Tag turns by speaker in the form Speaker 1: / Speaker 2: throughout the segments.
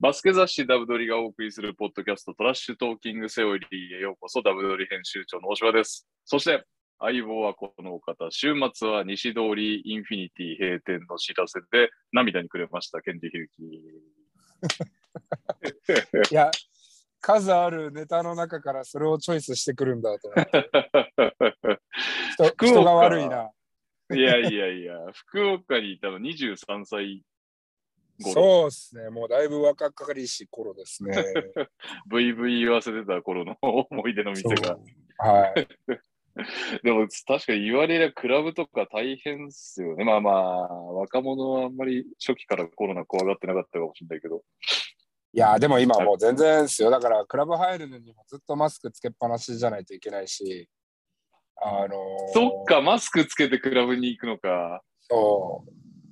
Speaker 1: バスケ雑誌ダブドリがお送りするポッドキャストトラッシュトーキングセオリーへようこそダブドリ編集長の大島です。そして相棒はこのお方、週末は西通りインフィニティ閉店の知らせで涙にくれました、ケンジヒルキ。
Speaker 2: いや、数あるネタの中からそれをチョイスしてくるんだと思って。 人人が悪いな。
Speaker 1: いやいやいや、福岡にいたの23歳頃、
Speaker 2: そうですね。もうだいぶ若かりし頃で すね。
Speaker 1: VV 言わせてた頃の思い出の店が。
Speaker 2: はい。
Speaker 1: でも確かに言われりゃクラブとか大変っすよね。まあまあ、若者はあんまり初期からコロナ怖がってなかったかもしれないけど。
Speaker 2: いや、でも今もう全然ですよ。だから、クラブ入るのにもずっとマスクつけっぱなしじゃないといけないし。あのー
Speaker 1: そっか、マスクつけてクラブに行くのか。
Speaker 2: そう。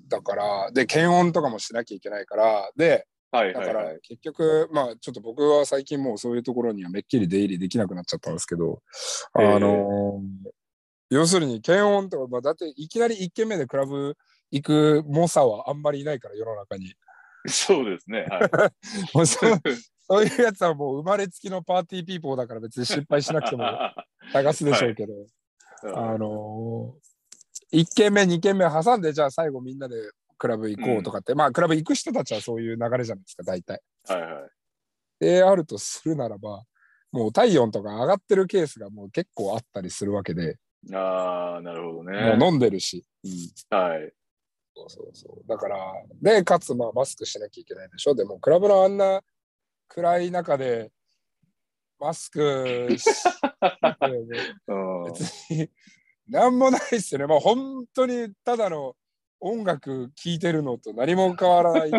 Speaker 2: だから、で、検温とかもしなきゃいけないから、で、
Speaker 1: はい
Speaker 2: だ
Speaker 1: は
Speaker 2: か
Speaker 1: いは
Speaker 2: ら
Speaker 1: い。
Speaker 2: 結局、まあちょっと僕は最近もうそういうところにはめっきり出入りできなくなっちゃったんですけど、あ
Speaker 1: ええ
Speaker 2: のー要するに検温とか、まあ、だっていきなり1軒目でクラブ行く猛者はあんまりいないから世の中に。
Speaker 1: そうですね。はい、
Speaker 2: もうそうそういうやつはもう生まれつきのパーティーピーポーだから別に失敗し なくても探すでしょうけど、あのー、1軒目2軒目挟んでじゃあ最後みんなでクラブ行こうとかって、まあクラブ行く人たちはそういう流れじゃないですか大体。
Speaker 1: はいはい。
Speaker 2: であるとするならば、もう体温とか上がってるケースがもう結構あったりするわけで、
Speaker 1: ああ、なるほどね。
Speaker 2: もう飲んでるし、
Speaker 1: はい。
Speaker 2: そうそうそうだから、で、かつまあマスクしなきゃいけないでしょ。でも、クラブのあんな暗い中で、マスク し
Speaker 1: うん
Speaker 2: 別に、なんもないですよね。まあ、本当にただの音楽聴いてるのと何も変わら ない。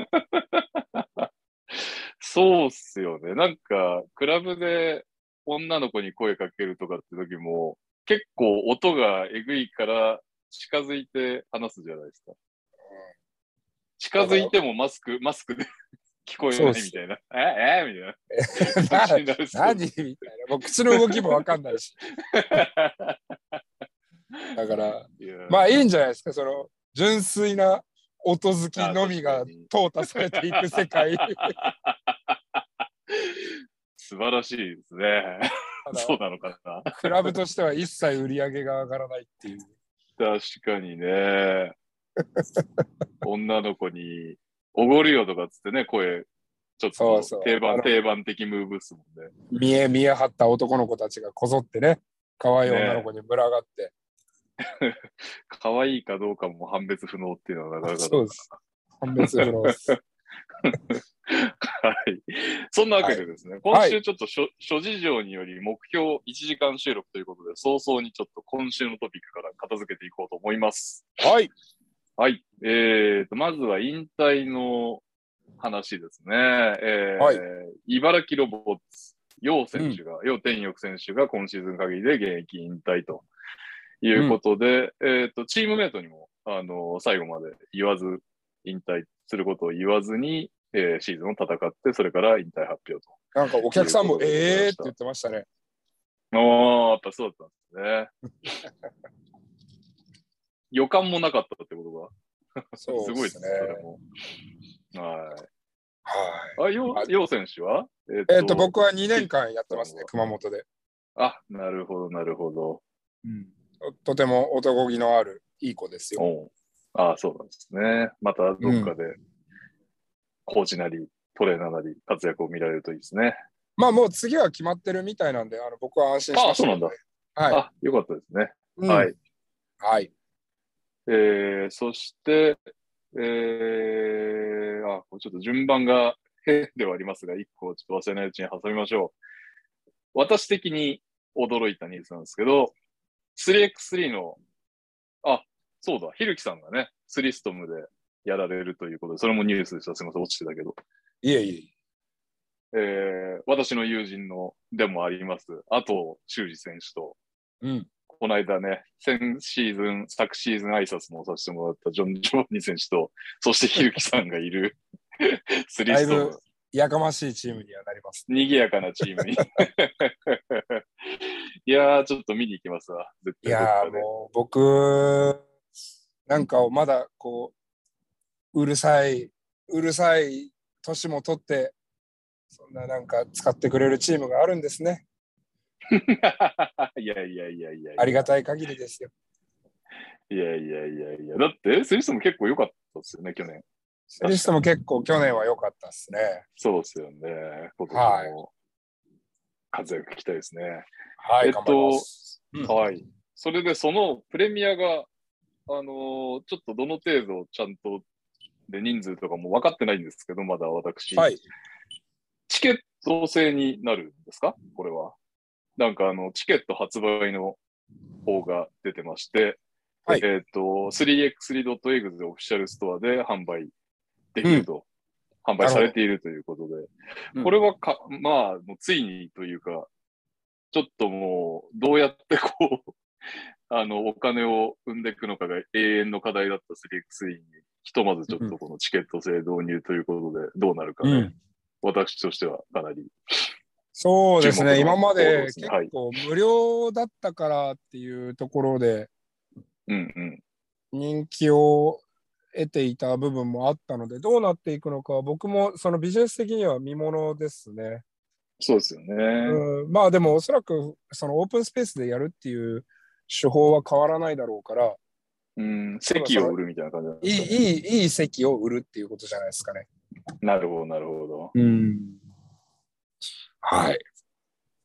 Speaker 1: そうっすよね。なんか、クラブで女の子に声かけるとかって時も、結構音がえぐいから近づいて話すじゃないですか。近づいてもマスク、マスクで 聞こえないみたいな。ええみ たいな感じになるっすよ
Speaker 2: 何 みたいな。もう口の動きもわかんないし。だから、
Speaker 1: いや
Speaker 2: まあいいんじゃないですか、その純粋な音好きのみ
Speaker 1: あ
Speaker 2: が
Speaker 1: 確かに
Speaker 2: 淘汰されていく世 界。た
Speaker 1: 素晴らしいですね。 そう
Speaker 2: だ
Speaker 1: なのかな。
Speaker 2: クラブとしては一切売り上げが上がらないっていう。
Speaker 1: 確かにね。 女の子におごるよとかっつってね、声、ちょっ
Speaker 2: そ
Speaker 1: と
Speaker 2: うそう
Speaker 1: 定
Speaker 2: あ
Speaker 1: 番、
Speaker 2: の
Speaker 1: 定番的ムーブっすもんね。
Speaker 2: 見え見え張った男の子たちがこぞってね、可愛い女の子に群がって。
Speaker 1: 可愛いかどうかも判別不能っていうのはなかなかだ
Speaker 2: そうです。判別不 能です。
Speaker 1: はい。そんなわけでですね、今
Speaker 2: はい
Speaker 1: 週ちょっと諸,、諸事情により目標1時間収録ということで、早々にちょっと今週のトピックから片付けていこうと思います。
Speaker 2: はい。
Speaker 1: はい。えーと、まずは引退の話ですね。えー
Speaker 2: はい
Speaker 1: 茨城ロボッツ、楊選手が、楊、天翼選手が今シーズン限りで現役引退ということで、えーと、チームメイトにも、あの、最後まで言わず、引退することを言わずに、えーシーズンを戦って、それから引退発表と。
Speaker 2: なんかお客さんも
Speaker 1: と
Speaker 2: え
Speaker 1: い
Speaker 2: え
Speaker 1: う
Speaker 2: ーって
Speaker 1: ことでございました
Speaker 2: 言ってましたね。
Speaker 1: ああ、やっぱそうだったんですね。 予感もなかったってことが、
Speaker 2: そう
Speaker 1: すごい
Speaker 2: で
Speaker 1: ですす
Speaker 2: ね
Speaker 1: ね、。それも。はい。
Speaker 2: は
Speaker 1: あ、
Speaker 2: い。
Speaker 1: よ
Speaker 2: あ
Speaker 1: う、よう選手はえっ、
Speaker 2: えーっと、僕は2年間やってますね、熊本で。
Speaker 1: あ、なるほど、なるほど。
Speaker 2: うんととても男気のあるいい子ですよ。
Speaker 1: おうあ、そうなんですね。またどっかで、コーチなり、トレーナーなり、活躍を見られるといいですね。
Speaker 2: まあもう次は決まってるみたいなんで、あの僕は安心しましたけどね、
Speaker 1: ああ、よかったですね。
Speaker 2: は
Speaker 1: はい
Speaker 2: い。うん。はい。
Speaker 1: えー、そして、えー、あ、これちょっと順番が変ではありますが、 一個ちょっと忘れないうちに挟みましょう。私的に驚いたニュースなんですけど、3x3 の、あ、そうだ、ひるきさんがね、スリストムでやられるということで、それもニュースでした。すみません、落ちてたけど。
Speaker 2: いえい
Speaker 1: え
Speaker 2: え。
Speaker 1: ー、私の友人のでもあります、あと修二選手と、
Speaker 2: うん。
Speaker 1: この間ね、先シーズン、昨シーズン挨拶もさせてもらったジョン・ジョーニー選手と、そしてヒルキさんがいる スリースト
Speaker 2: だい
Speaker 1: ー
Speaker 2: ぶやかましいチームにはなります。
Speaker 1: ン、賑やかなチームに。 いやー、ちょっと見に行きますわ。絶
Speaker 2: い
Speaker 1: 対ど
Speaker 2: や
Speaker 1: っ
Speaker 2: ー
Speaker 1: かで。
Speaker 2: もう僕、なんかをまだこう、うるさい、うるさい年も取って、そんななんか使ってくれるチームがあるんですね。
Speaker 1: いやいやいやいやいや
Speaker 2: ありがたい限りですよ。
Speaker 1: いやいやいやいや。だって、スリスも結構良かったですよね、去年。
Speaker 2: スリストも結構去年は良かったですね。
Speaker 1: そうですよね。今年も活躍期待ですね。
Speaker 2: はい、
Speaker 1: えっ
Speaker 2: 頑張りま
Speaker 1: と
Speaker 2: す。、
Speaker 3: うん
Speaker 1: はい。それで、そのプレミアが、あのーちょっとどの程度ちゃんと、で、人数とかも分かってないんですけど、まだ私。
Speaker 2: はい。
Speaker 1: チケット制になるんですかこれは。なんかあの、チケット発売の方が出てまして、
Speaker 2: はい
Speaker 1: えっ、と、3x3.eggs オフィシャルストアで販売できると、販売されているということで、
Speaker 3: うん
Speaker 1: これはか、まあ、もうついにというか、ちょっともう、どうやってこう、 あの、お金を生んでいくのかが永遠の課題だった 3x3 に、ひとまずちょっとこのチケット制導入ということで、どうなるか
Speaker 2: う
Speaker 1: ね、
Speaker 2: ん。
Speaker 1: 私としてはかなり。
Speaker 2: そうですね、
Speaker 1: 注目の
Speaker 2: 今まで
Speaker 1: そうです
Speaker 2: 結
Speaker 1: ねはい
Speaker 2: 構無料だったからっていうところで
Speaker 1: うんうん。
Speaker 2: 人気を得ていた部分もあったので、どうなっていくのかは、僕もそのビジネス的には見ものですね。
Speaker 1: そうですよね。
Speaker 2: うん、まあでも、おそらくそのオープンスペースでやるっていう手法は変わらないだろうから、
Speaker 1: うん。席を売るみたいな感じなん
Speaker 2: いい
Speaker 1: ですかね
Speaker 2: いいいい席を売るっていうことじゃないですかね。
Speaker 1: なるほど、なるほ
Speaker 2: うん、はい。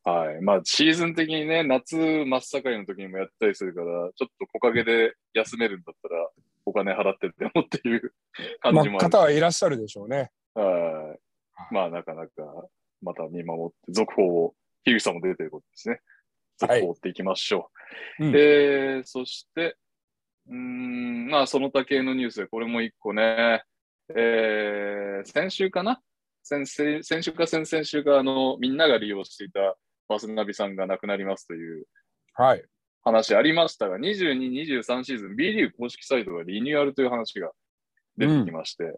Speaker 1: ど。はい。まあ、シーズン的にね、夏真っ盛りの時にもやったりするから、ちょっと木陰で休めるんだったら、お金払ってってもっていう感
Speaker 2: ま
Speaker 1: じ
Speaker 2: あ、
Speaker 1: もある。
Speaker 2: 方はいらっしゃるでしょうね。
Speaker 1: はい。まあ、なかなか、また見守って、続報を、樋口さんも出てることですね。続
Speaker 2: はい
Speaker 1: 報を追っていきましょう。
Speaker 2: うん
Speaker 1: えーそして、うーん、まあ、その他系のニュースで、これも一個ね、えー先週かな先々先週か先々週か、あの、みんなが利用していたバスナビさんが亡くなりますという
Speaker 2: はい。
Speaker 1: 話ありましたが、22、23シーズン B リーグ公式サイトがリニューアルという話が出てきまして、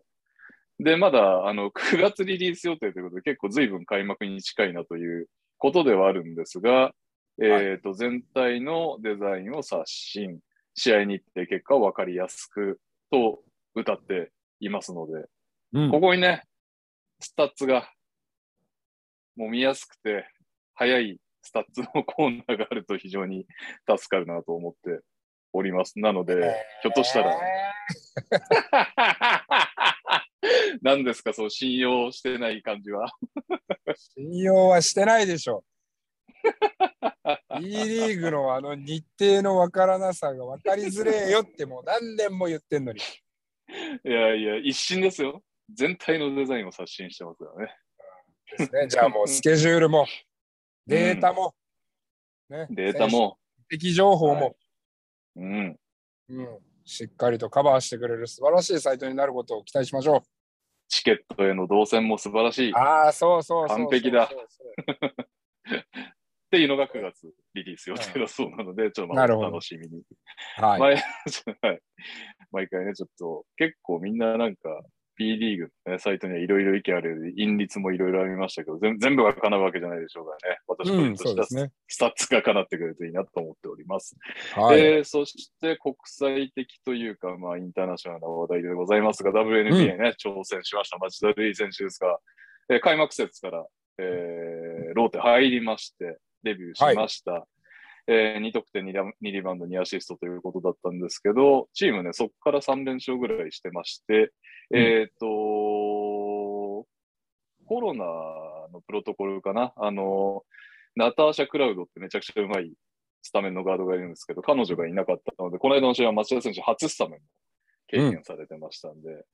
Speaker 1: で、まだあの9月 リリース予定ということで、結構随分開幕に近いなということではあるんですが、えっ、と、全体のデザインを刷新、試合日程結果を分かりやすくと歌っていますので、
Speaker 2: うん
Speaker 1: ここにね、スタッツが、もう見やすくて、早いスタッツのコーナーがあると非常に 助かるなと思っております。なので、ひょっとしたら、 何ですか、そう、信用してない感じは。
Speaker 2: 信用はしてないでしょ。B リーグのあの日程のわからなさが分かりづれえよってもう何年も言ってんのに。
Speaker 1: いやいや、一新ですよ。全体のデザインを刷新してますからね。
Speaker 2: で すね、じゃあもうスケジュールも、データも、ね、
Speaker 1: データも、
Speaker 2: 選手的情報も、
Speaker 1: はうん、
Speaker 2: うん、しっかりとカバーしてくれる素晴らしいサイトになることを期待しましょ。
Speaker 1: チケットへの動線も素晴らしいうっ
Speaker 2: ああ、そうそうそうそう
Speaker 1: 完璧だ
Speaker 2: そうそう
Speaker 1: ていうのが9月リリース予定だそうなので、ちょっとま
Speaker 2: な
Speaker 1: あ
Speaker 2: るほど
Speaker 1: 楽しみに。
Speaker 2: そうはい、
Speaker 1: 毎 はい毎回ね、ちょっと結構みんななんか B リーグの、ね、サイトにはいろいろ意見あるようで、因率もいろいろありましたけど、全全部が叶うわけじゃないでしょうからね。私個
Speaker 2: う
Speaker 1: 人
Speaker 2: ん、
Speaker 1: と
Speaker 2: そ
Speaker 1: し
Speaker 2: う
Speaker 1: て
Speaker 2: で
Speaker 1: は
Speaker 2: すね。
Speaker 1: スタッツが叶ってくれるといいなと思っております。
Speaker 2: はい、
Speaker 1: えーそして国際的というか、まあ、インターナショナルな話題でございますが、WNBA ね、挑戦しました町田瑠唯選手ですが、えー開幕節から、えーローテ入りまして、デビューしました。え2得点2リバ、2リバウンド、2アシストということだったんですけど、チームね、そこから3連勝ぐらいしてまして、
Speaker 2: うん
Speaker 1: えっ、とコロナのプロトコルかな、あのナターシャ・クラウドってめちゃくちゃうまいスタメンのガードがいるんですけど、彼女がいなかったので、この間の試合は町田選手初スタメンも経験されてましたんで、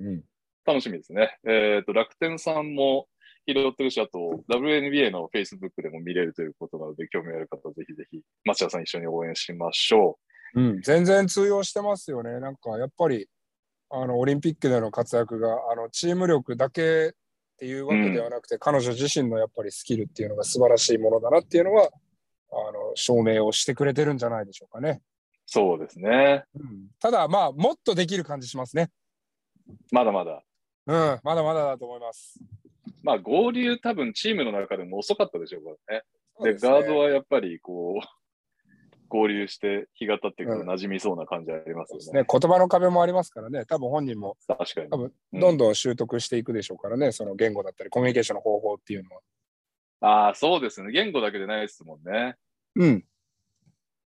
Speaker 2: うん
Speaker 1: 楽しみですね。えっ、と、楽天さんも拾ってるし、あと、WNBA の Facebook でも見れるということなので、興味ある方、ぜひぜひ、町田さん一緒に応援しましょ
Speaker 2: うん、全然通用してますよね。なんかやっぱりあのオリンピックでの活躍があのチーム力だけっていうわけではなくて、彼女自身のやっぱりスキルっていうのが素晴らしいものだなっていうのはあの証明をしてくれてるんじゃないでしょうかね。
Speaker 1: う。そうですね。
Speaker 2: うん、ただまあもっとできる感じしますね。
Speaker 1: まだまだ。
Speaker 2: うん、まだまだだと思います。
Speaker 1: まあ、合流多分チームの中でも遅かったでしょうからね。
Speaker 2: そう
Speaker 1: で、
Speaker 2: ですね
Speaker 1: ガードはやっぱりこう、合流して日が経ってくると馴染みそうな感じありますよね。
Speaker 2: ね、言葉の壁もありますからね、多分本人も
Speaker 1: 確かに。
Speaker 2: 多分
Speaker 1: うん
Speaker 2: どんどん習得していくでしょうからね、その言語だったりコミュニケーションの方法っていうのは。
Speaker 1: ああ、そうですね。言語だけでないですもんね。
Speaker 2: うん。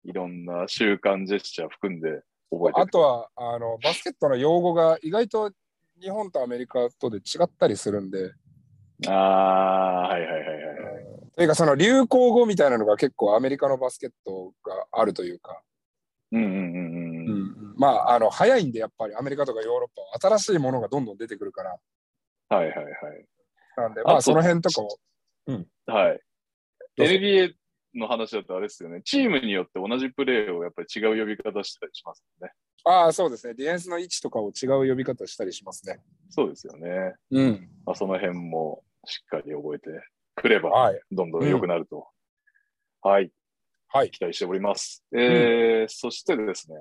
Speaker 1: いろんな習慣、ジェスチャー含んで覚えて
Speaker 2: あとはあのバスケットの用語が意外と日本とアメリカとで違ったりするんで、
Speaker 1: は。ああ、はいはいはいはいはい。
Speaker 2: というかその流行語みたいなのが結構アメリカのバスケットがあるというか、
Speaker 1: うんうんうんうん。
Speaker 2: まああの早いんでやっぱりアメリカとかヨーロッパは新しいものがどんどん出てくるから、
Speaker 1: はいはい
Speaker 2: なんで
Speaker 1: あ
Speaker 2: まあ
Speaker 1: そう
Speaker 2: その辺とかを
Speaker 1: はい。はい。
Speaker 2: どうぞ
Speaker 1: NBA の話だとあれですよね。チームによって同じプレーをやっぱり違う呼び方してたりしますよね。
Speaker 2: ああそうですね、ディフェンスの位置とかを違う呼び方したりしますね。
Speaker 1: そうですよね。
Speaker 2: うん。
Speaker 1: まあ、その辺もしっかり覚えてくれば。
Speaker 2: はい。
Speaker 1: どんどん良くなると。はい。
Speaker 2: はい
Speaker 1: 期待しております。えーそしてですね、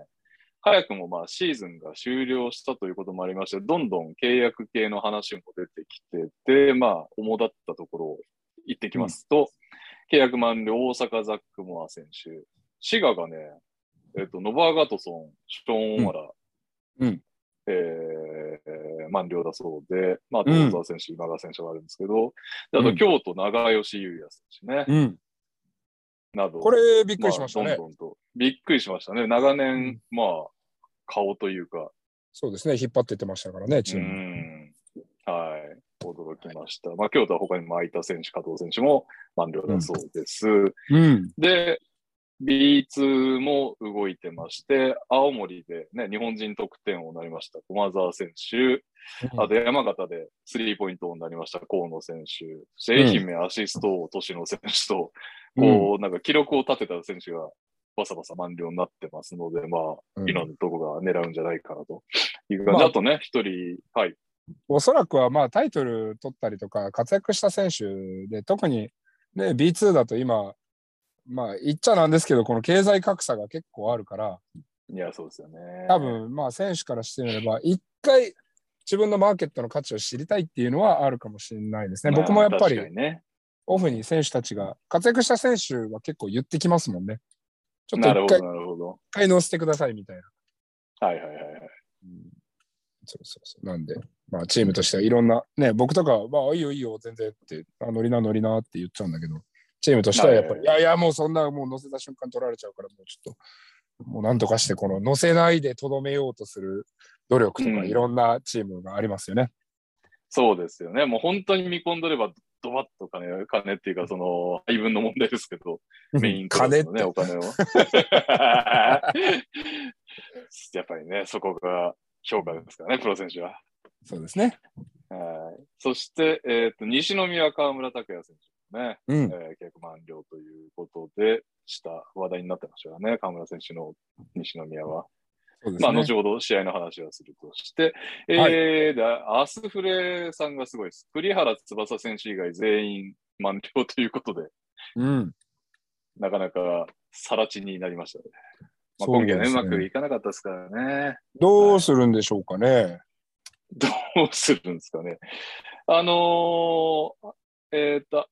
Speaker 1: 早くもまあシーズンが終了したということもありまして、どんどん契約系の話も出てきてて、まあ、主だったところを言ってきますと、契約満了、大阪ザック・モア選手、滋賀がね、えっ、と、ノバー・ガトソン、ショーン・オマラ、
Speaker 2: うんうん
Speaker 1: えー満了だそうで、まあ、
Speaker 2: うん
Speaker 1: 東沢選手、今川選手があるんですけど、であと、
Speaker 2: うん
Speaker 1: 京都、長吉優也選手ね、
Speaker 2: うん、
Speaker 1: など。
Speaker 2: これびっくりしましたね。
Speaker 1: あどんどんと。びっくりしましたね。長年、
Speaker 2: うん
Speaker 1: まあ、顔というか、
Speaker 2: そうですね、引っ張ってってましたからね、チ
Speaker 1: う
Speaker 2: ーム。
Speaker 1: ん。はい。驚きました。まあ、京都は他にも相田選手、加藤選手も満了だそうです。
Speaker 2: うん。
Speaker 1: で、B2 も動いてまして、青森でね、日本人得点王になりました、駒澤選手、あと山形でスリーポイント王になりました、河野選手、そして愛媛アシスト王、年野選手と、こう、なんか記録を立てた選手がバサバサ満了になってますので、まあ、
Speaker 2: うん
Speaker 1: いろんなとこが狙うんじゃないかなという感じ。
Speaker 2: まあ
Speaker 1: あとね、一人、はい。
Speaker 2: おそらくはまあタイトル取ったりとか活躍した選手で特に、ね、B2 だと今まあ言っちゃなんですけどこの経済格差が結構あるから
Speaker 1: いや、そうですよね。
Speaker 2: 多。分まあ選手からしてみれば一回自分のマーケットの価値を知りたいっていうのはあるかもしれないですね。
Speaker 1: まあ
Speaker 2: 僕もやっぱ
Speaker 1: 確か
Speaker 2: り
Speaker 1: にね。
Speaker 2: オフに選手たちが活躍した選手は結構言ってきますもんね。ちょっと
Speaker 1: なる
Speaker 2: 一
Speaker 1: ほ
Speaker 2: 回
Speaker 1: ど、なるほど。
Speaker 2: 一回乗せてくださいみたいな。
Speaker 1: はいはいはいはい。
Speaker 2: そうそうそう。なんで、まあ、チームとしてはいろんな、ね、僕とかは、まあ、いいよいいよ、全然って、あノリなノリなって言っちゃうんだけど、チームとしてはやっぱ
Speaker 1: は
Speaker 2: り、
Speaker 1: い
Speaker 2: いやいや、もうそんな、もう乗せた瞬間取られちゃうから、もうちょっと、もうなんとかして、この乗せないでとどめようとする努力と
Speaker 1: う
Speaker 2: か、
Speaker 1: ん
Speaker 2: いろんなチームがありますよね。
Speaker 1: そうですよね。もう本当に見込んどれば、ドバッと金、金っていうか、その、配分の問題ですけど、メインクラ
Speaker 2: 金
Speaker 1: ス
Speaker 2: っ
Speaker 1: のね、
Speaker 2: て、
Speaker 1: お金を。 やっぱりね、そこが評価ですからね、プロ選手は。
Speaker 2: そうですね。
Speaker 1: はいそして、えっと西宮河村拓也選手もね、
Speaker 2: うん。
Speaker 1: えー、契約満了ということでした話題になってましたよね、河村選手の西宮は。
Speaker 2: そうです
Speaker 1: まあ、
Speaker 2: ね。
Speaker 1: 後ほど試合の話をするとして、えー
Speaker 2: はい
Speaker 1: でアスフレさんがすごいです。栗原翼選手以外全員満了ということで、
Speaker 2: うん。
Speaker 1: なかなかさらちになりましたね。まあ、
Speaker 2: そう
Speaker 1: 今
Speaker 2: で
Speaker 1: 季
Speaker 2: すね
Speaker 1: はね、うまくいかなかったですからね。
Speaker 2: どうするんでしょうかね。
Speaker 1: どうするんですかね。あのーえっ、と、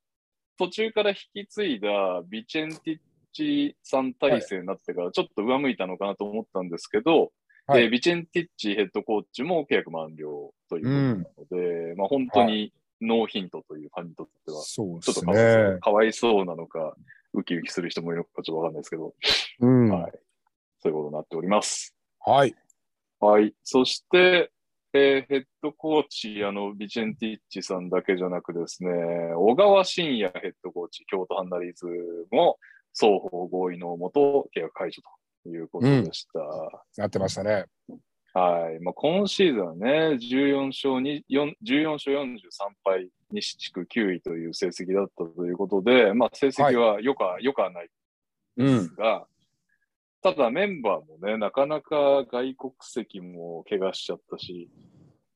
Speaker 1: 途中から引き継いだビチェンティッチさん体制になってからちょっと上向いたのかなと思ったんですけど、
Speaker 2: はい
Speaker 1: えービチェンティッチヘッドコーチも契約満了という
Speaker 2: う
Speaker 1: こ
Speaker 2: ん。
Speaker 1: となので、まあ、本当にノーヒントという感じにとっては、
Speaker 2: そう
Speaker 1: ちょ
Speaker 2: で
Speaker 1: っとかわ
Speaker 2: す
Speaker 1: いそう,、
Speaker 2: ね。
Speaker 1: かわいそうなのか、ウキウキする人もいるのかちょっとわかんないですけど、
Speaker 2: うん。
Speaker 1: はいそういうことになっております。
Speaker 2: はい。
Speaker 1: はい。そして、えーヘッドコーチ、あの、ビチェンティッチさんだけじゃなくですね、小川真也ヘッドコーチ、京都ハンナリーズも双方合意のもと契約解除ということでした。
Speaker 2: なってましたね。
Speaker 1: はい。まあ、今シーズンはね、14勝に4 14勝43敗、西地区9位という成績だったということで、まあ、成績は良くは、良くはない
Speaker 2: うん。
Speaker 1: が、ただメンバーもね、なかなか外国籍も怪我しちゃったし、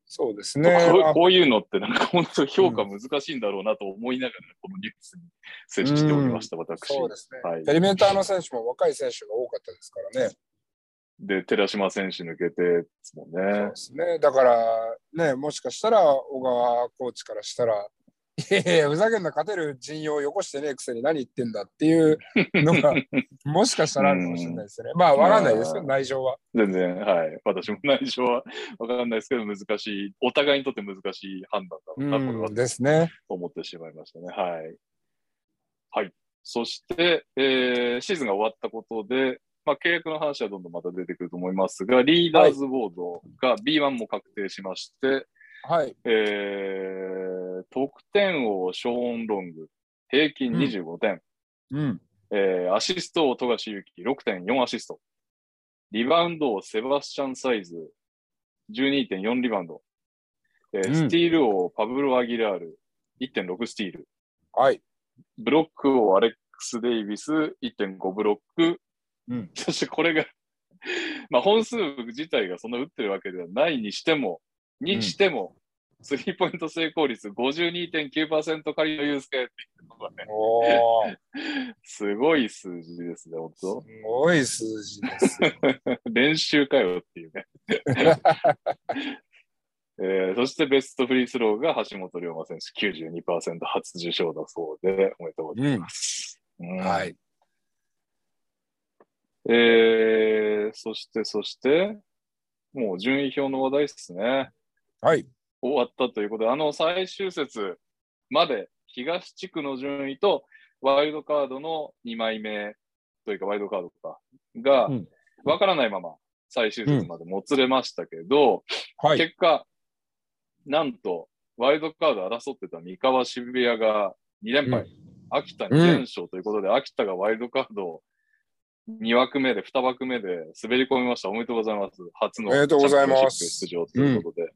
Speaker 2: そうですね。
Speaker 1: こ
Speaker 2: あ
Speaker 1: うこういうのってなんか本当評価難しいんだろうなと思いながら、このニュースに接しておりました、私。
Speaker 2: そうですね。
Speaker 1: はい
Speaker 2: ペリメーターの選手も若い選手が多かったですからね。
Speaker 1: で、寺島選手抜けてですもん
Speaker 2: そう
Speaker 1: ね
Speaker 2: で。すね。だから、ね、もしかしたら小川コーチからしたら、いやいや、ふざけんな、勝てる陣容をよこしてねえくせに何言ってんだっていうの が、もしかしたらあるかもしれないですね。まあ、わかんないですけど、内情は。
Speaker 1: 全然、はい。私も内情はわかんないですけど、難しい、お互いにとって難しい判断だろうな、これは
Speaker 2: うん、ですね。
Speaker 1: と思ってしまいましたね。はい。はい。そして、えーシーズンが終わったことで、まあ、契約の話はどんどんまた出てくると思いますが、リーダーズボードが B1 も確定しまして、
Speaker 2: はい。
Speaker 1: えー得点王、ショーン・ロング、平均25点、
Speaker 2: うん。
Speaker 1: えーアシスト王、富樫勇樹、6.4アシスト、リバウンド王、セバスチャン・サイズ、12.4リバウンド、えー
Speaker 2: うん
Speaker 1: スティール王、パブロ・アギラール、1.6スティール、
Speaker 2: はい。
Speaker 1: ブロックをアレックス・デイビス1.5ブロック、
Speaker 2: うん
Speaker 1: そしてこれが、 まあ、本数自体がそんな打ってるわけではないにしても、にしても、スリーポイント成功率52.9%狩野祐介っていうのがね、
Speaker 2: おー、
Speaker 1: すごい数字ですね、本
Speaker 2: す
Speaker 1: 当。
Speaker 2: ごい数字ですよ。
Speaker 1: 練習かよっていうね。 えーそしてベストフリースローが橋本龍馬選手92%初受賞だそうで、おめでとうございます。うん
Speaker 2: はい。
Speaker 1: えー、そして、そして、もう順位表の話題ですね。
Speaker 2: はい。
Speaker 1: 終わったということで、あの最終節まで東地区の順位とワイルドカードの2枚目というか、ワイルドカードか、が
Speaker 2: うん
Speaker 1: わからないまま最終節までもつれましたけど、
Speaker 2: はい。
Speaker 1: 結果、なんと、ワイルドカード争ってた三河渋谷が2連敗、
Speaker 2: うん
Speaker 1: 秋田2連勝ということで、秋田がワイルドカードを2枠目で、2枠目で滑り込みました。おめでとうございます。初の
Speaker 2: おめでとうございます
Speaker 1: チャンピオンシップ出場ということで。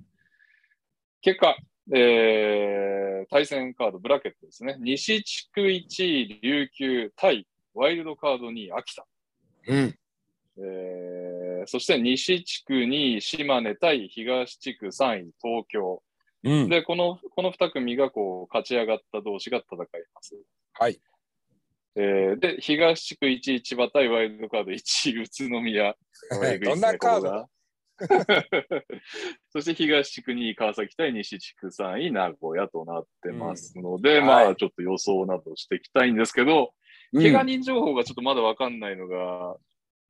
Speaker 1: 結果、えー対戦カード、ブラケットですね。西地区1位、琉球、対ワイルドカード2位、秋田。
Speaker 2: うん。
Speaker 1: えーそして西地区2位、島根対東地区3位、東京。
Speaker 2: うん。
Speaker 1: で、この、この2組がこう、勝ち上がった同士が戦います。
Speaker 2: はい。
Speaker 1: えーで、東地区1位、千葉対ワイルドカード1位、宇都宮。えぐいっ
Speaker 2: ど
Speaker 1: す
Speaker 2: ん
Speaker 1: ね
Speaker 2: なカード
Speaker 1: ここが そして東地区2位、川崎対西地区3位、名古屋となってますので、
Speaker 2: うん
Speaker 1: ま
Speaker 2: は
Speaker 1: あ、ちょっと予想などしていきたいんですけど、怪我人情報がちょっとまだわかんないのが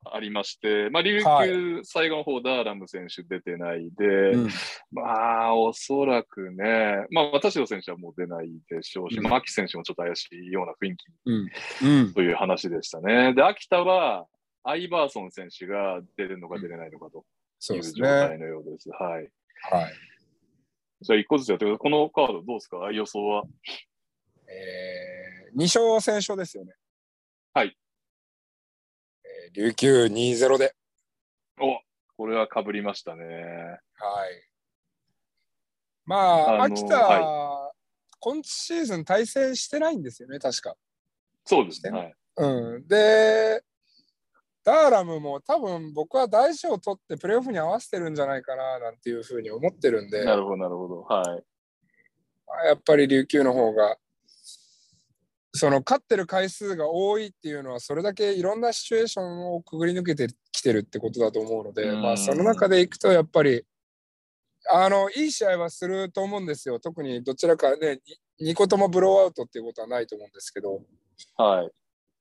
Speaker 1: ありまして、まあ、琉
Speaker 2: はい
Speaker 1: 球最後の方、ダーラム選手出てないで、
Speaker 2: うんうん
Speaker 1: まあ、おそらくね、まあ、私の選手はもう出ないでしょうし、
Speaker 2: うん
Speaker 1: 牧、選手もちょっと怪しいような雰囲気
Speaker 2: うん。
Speaker 1: という話でしたね。で、秋田は、アイバーソン選手が出るのか出れないのかと
Speaker 2: そう
Speaker 1: い
Speaker 2: で
Speaker 1: う
Speaker 2: す
Speaker 1: 状
Speaker 2: ね。は
Speaker 1: 態のようです。はい。
Speaker 2: い。
Speaker 1: じゃあ、一個ずつやってください。このカードどうですか予想は。
Speaker 2: えー、二勝戦勝ですよね。
Speaker 1: はい。
Speaker 2: えー、琉球2-0で。
Speaker 1: おこれは被りましたね。
Speaker 2: はい。まあ、
Speaker 1: あの
Speaker 2: 秋田、
Speaker 1: は
Speaker 2: 今シーズン対戦してないんですよね、確か。
Speaker 1: そうですね。はい。
Speaker 2: うん、で、ダーラムも多分僕は大事を取ってプレーオフに合わせてるんじゃないかななんていうふうに思ってるんで、
Speaker 1: なるほど、なるほど。はい。
Speaker 2: やっぱり琉球の方が、その勝ってる回数が多いっていうのは、それだけいろんなシチュエーションをくぐり抜けてきてるってことだと思うので、
Speaker 1: うん
Speaker 2: まあ、その中でいくと、やっぱり、あの、いい試合はすると思うんですよ。特にどちらかね、2個ともブローアウトっていうことはないと思うんですけど、
Speaker 1: はい。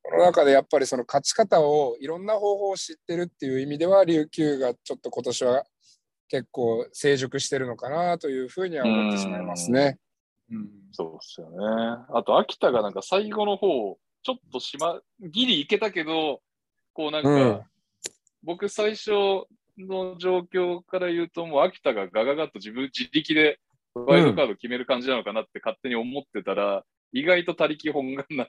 Speaker 2: この中でやっぱりその勝ち方をいろんな方法を知ってるっていう意味では琉球がちょっと今年は結構成熟してるのかなというふうには思ってしまいますね。うん
Speaker 1: そうっすよね。あと、秋田がなんか最後の方、ちょっとしま、ギリいけたけど、こうなんか、
Speaker 2: うん
Speaker 1: 僕最初の状況から言うと、もう秋田がガガガッと自分自力でワイルドカード決める感じなのかなって勝手に思ってたら、意外と他力本願な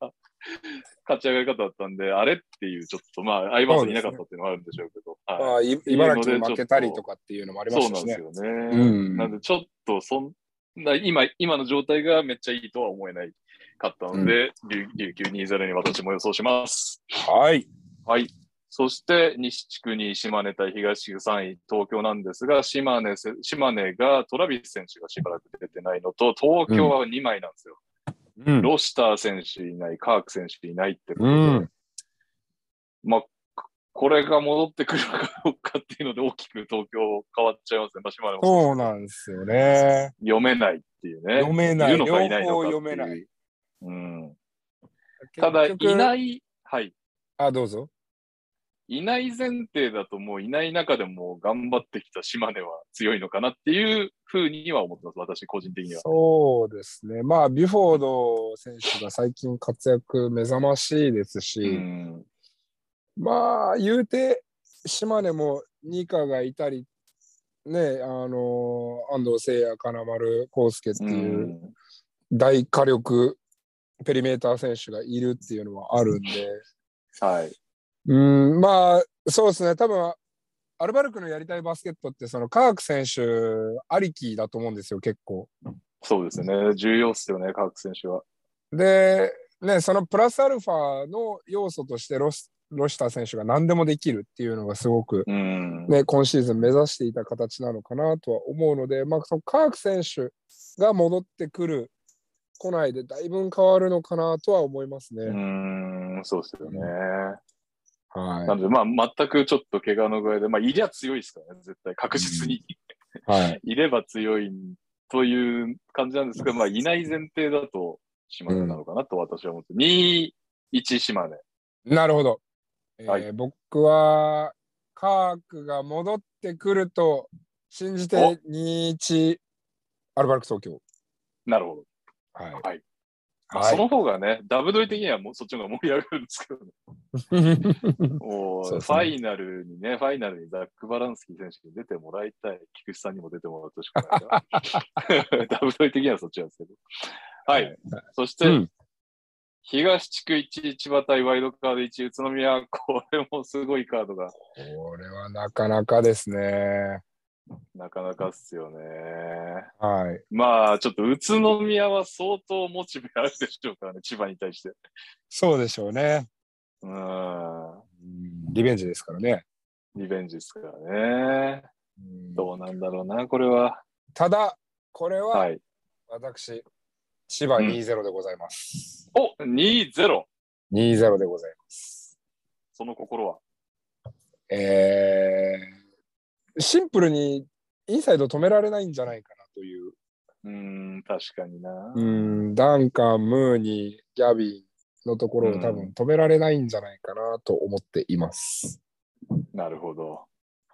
Speaker 1: 勝ち上がり方だったんで、あれっていう、ちょっとまあ、相葉さんいなかったっていうのはあるんでしょうけど、はい
Speaker 2: まあ、い茨城に負けたりとかっていうのもありま
Speaker 1: そう
Speaker 2: し
Speaker 1: な
Speaker 2: たし
Speaker 1: んで
Speaker 2: ね
Speaker 1: す。よ
Speaker 2: う
Speaker 1: ね。
Speaker 2: ん
Speaker 1: なんで、ちょっとそんな、今、今の状態がめっちゃいいとは思えないかったので、琉琉球2-0に私も予想します。
Speaker 2: はい。
Speaker 1: はい。そして、西地区に島根対東地区3位、東京なんですが、島根せ、島根がトラビス選手がしばらく出てないのと、東京は2枚なんですよ。
Speaker 2: うん
Speaker 1: ロスター選手いない、カーク選手いないってことで、
Speaker 2: うん
Speaker 1: まあ、これが戻ってくるかどうかっていうので、大きく東京変わっちゃいますね。まあ、島根もそう
Speaker 2: そうなんですよね。
Speaker 1: 読めないっていうね。
Speaker 2: 読めない。
Speaker 1: るの
Speaker 2: 両
Speaker 1: かいないの
Speaker 2: 方
Speaker 1: かっていう
Speaker 2: 読めない。
Speaker 1: うん、ただ、い
Speaker 2: 結局
Speaker 1: ない、はい。
Speaker 2: あ、どうぞ。
Speaker 1: いない前提だと、もういない中でも頑張ってきた島根は強いのかなっていうふうには思ってます。私、個人的には。
Speaker 2: そうですね。まあ、ビュフォード選手が最近活躍目覚ましいですし、
Speaker 1: うん、
Speaker 2: まあ、言うて、島根もニカがいたり、ね、あの、安藤聖也、金丸康介って
Speaker 1: う
Speaker 2: いうん大火力ペリメーター選手がいるっていうのはあるんで、
Speaker 1: はい。
Speaker 2: うん、まあ、そうですね。多分、アルバルクのやりたいバスケットって、その、カーク選手ありきだと思うんですよ、結構。
Speaker 1: そうですね。重要っすよね、各選手は。
Speaker 2: で、ね、そのプラスアルファの要素としてロス、ロシター選手が何でもできるっていうのがすごく、
Speaker 1: うん。
Speaker 2: ね、今シーズン目指していた形なのかなとは思うので、まあ、そのカーク選手が戻ってくる、来ないでだいぶん変わるのかなとは思います
Speaker 1: うん、
Speaker 2: ね。
Speaker 1: そうですよね。な
Speaker 2: は
Speaker 1: ので、まあ、全くちょっと怪我の具合で、まあ、いりゃ強いですからね、絶対、確実に。
Speaker 2: い。はい。
Speaker 1: いれば強いという感じなんですけど、まあ、いない前提だと島根なのかなと私は思って、2、1島根。
Speaker 2: なるほど。えー
Speaker 1: はい
Speaker 2: 僕は、カークが戻ってくると信じ
Speaker 1: お
Speaker 2: て、2-1、アルバルク東京。
Speaker 1: なるほど。
Speaker 2: はい。
Speaker 1: はいまあその方がね、ダブドリ的にはもうそっちの方が盛り上がるんですけどね。 もうフ
Speaker 2: そうですね
Speaker 1: ァイナルにね、ファイナルにザック・バランスキー選手に出てもらいたい、菊池さんにも出てもらってほしく ないなダブドリ的にはそっちなんですけど。はい。そして、
Speaker 2: うん
Speaker 1: 東地区1、千葉対ワイドカード1、宇都宮、これもすごいカードが
Speaker 2: これはなかなかですね。
Speaker 1: なかなかっすよね。
Speaker 2: はい。
Speaker 1: まあ、ちょっと宇都宮は相当モチベあるでしょうからね、千葉に対して。
Speaker 2: そうでしょうね。
Speaker 1: うーん、
Speaker 2: リベンジですからね。
Speaker 1: リベンジですからね。どうなんだろうな、これは。
Speaker 2: ただ、これ
Speaker 1: は。
Speaker 2: はい私、千葉
Speaker 1: うん
Speaker 2: 2-0でございます。
Speaker 1: お !2-0!
Speaker 2: 2-0でございます。
Speaker 1: その心は。
Speaker 2: えー、シンプルにインサイド止められないんじゃないかなという。
Speaker 1: うーん、確かにな。
Speaker 2: うん、ダンカン、ムーニー、ギャビンのところを多
Speaker 1: うん
Speaker 2: 分止められないんじゃないかなと思っています。
Speaker 1: なるほど。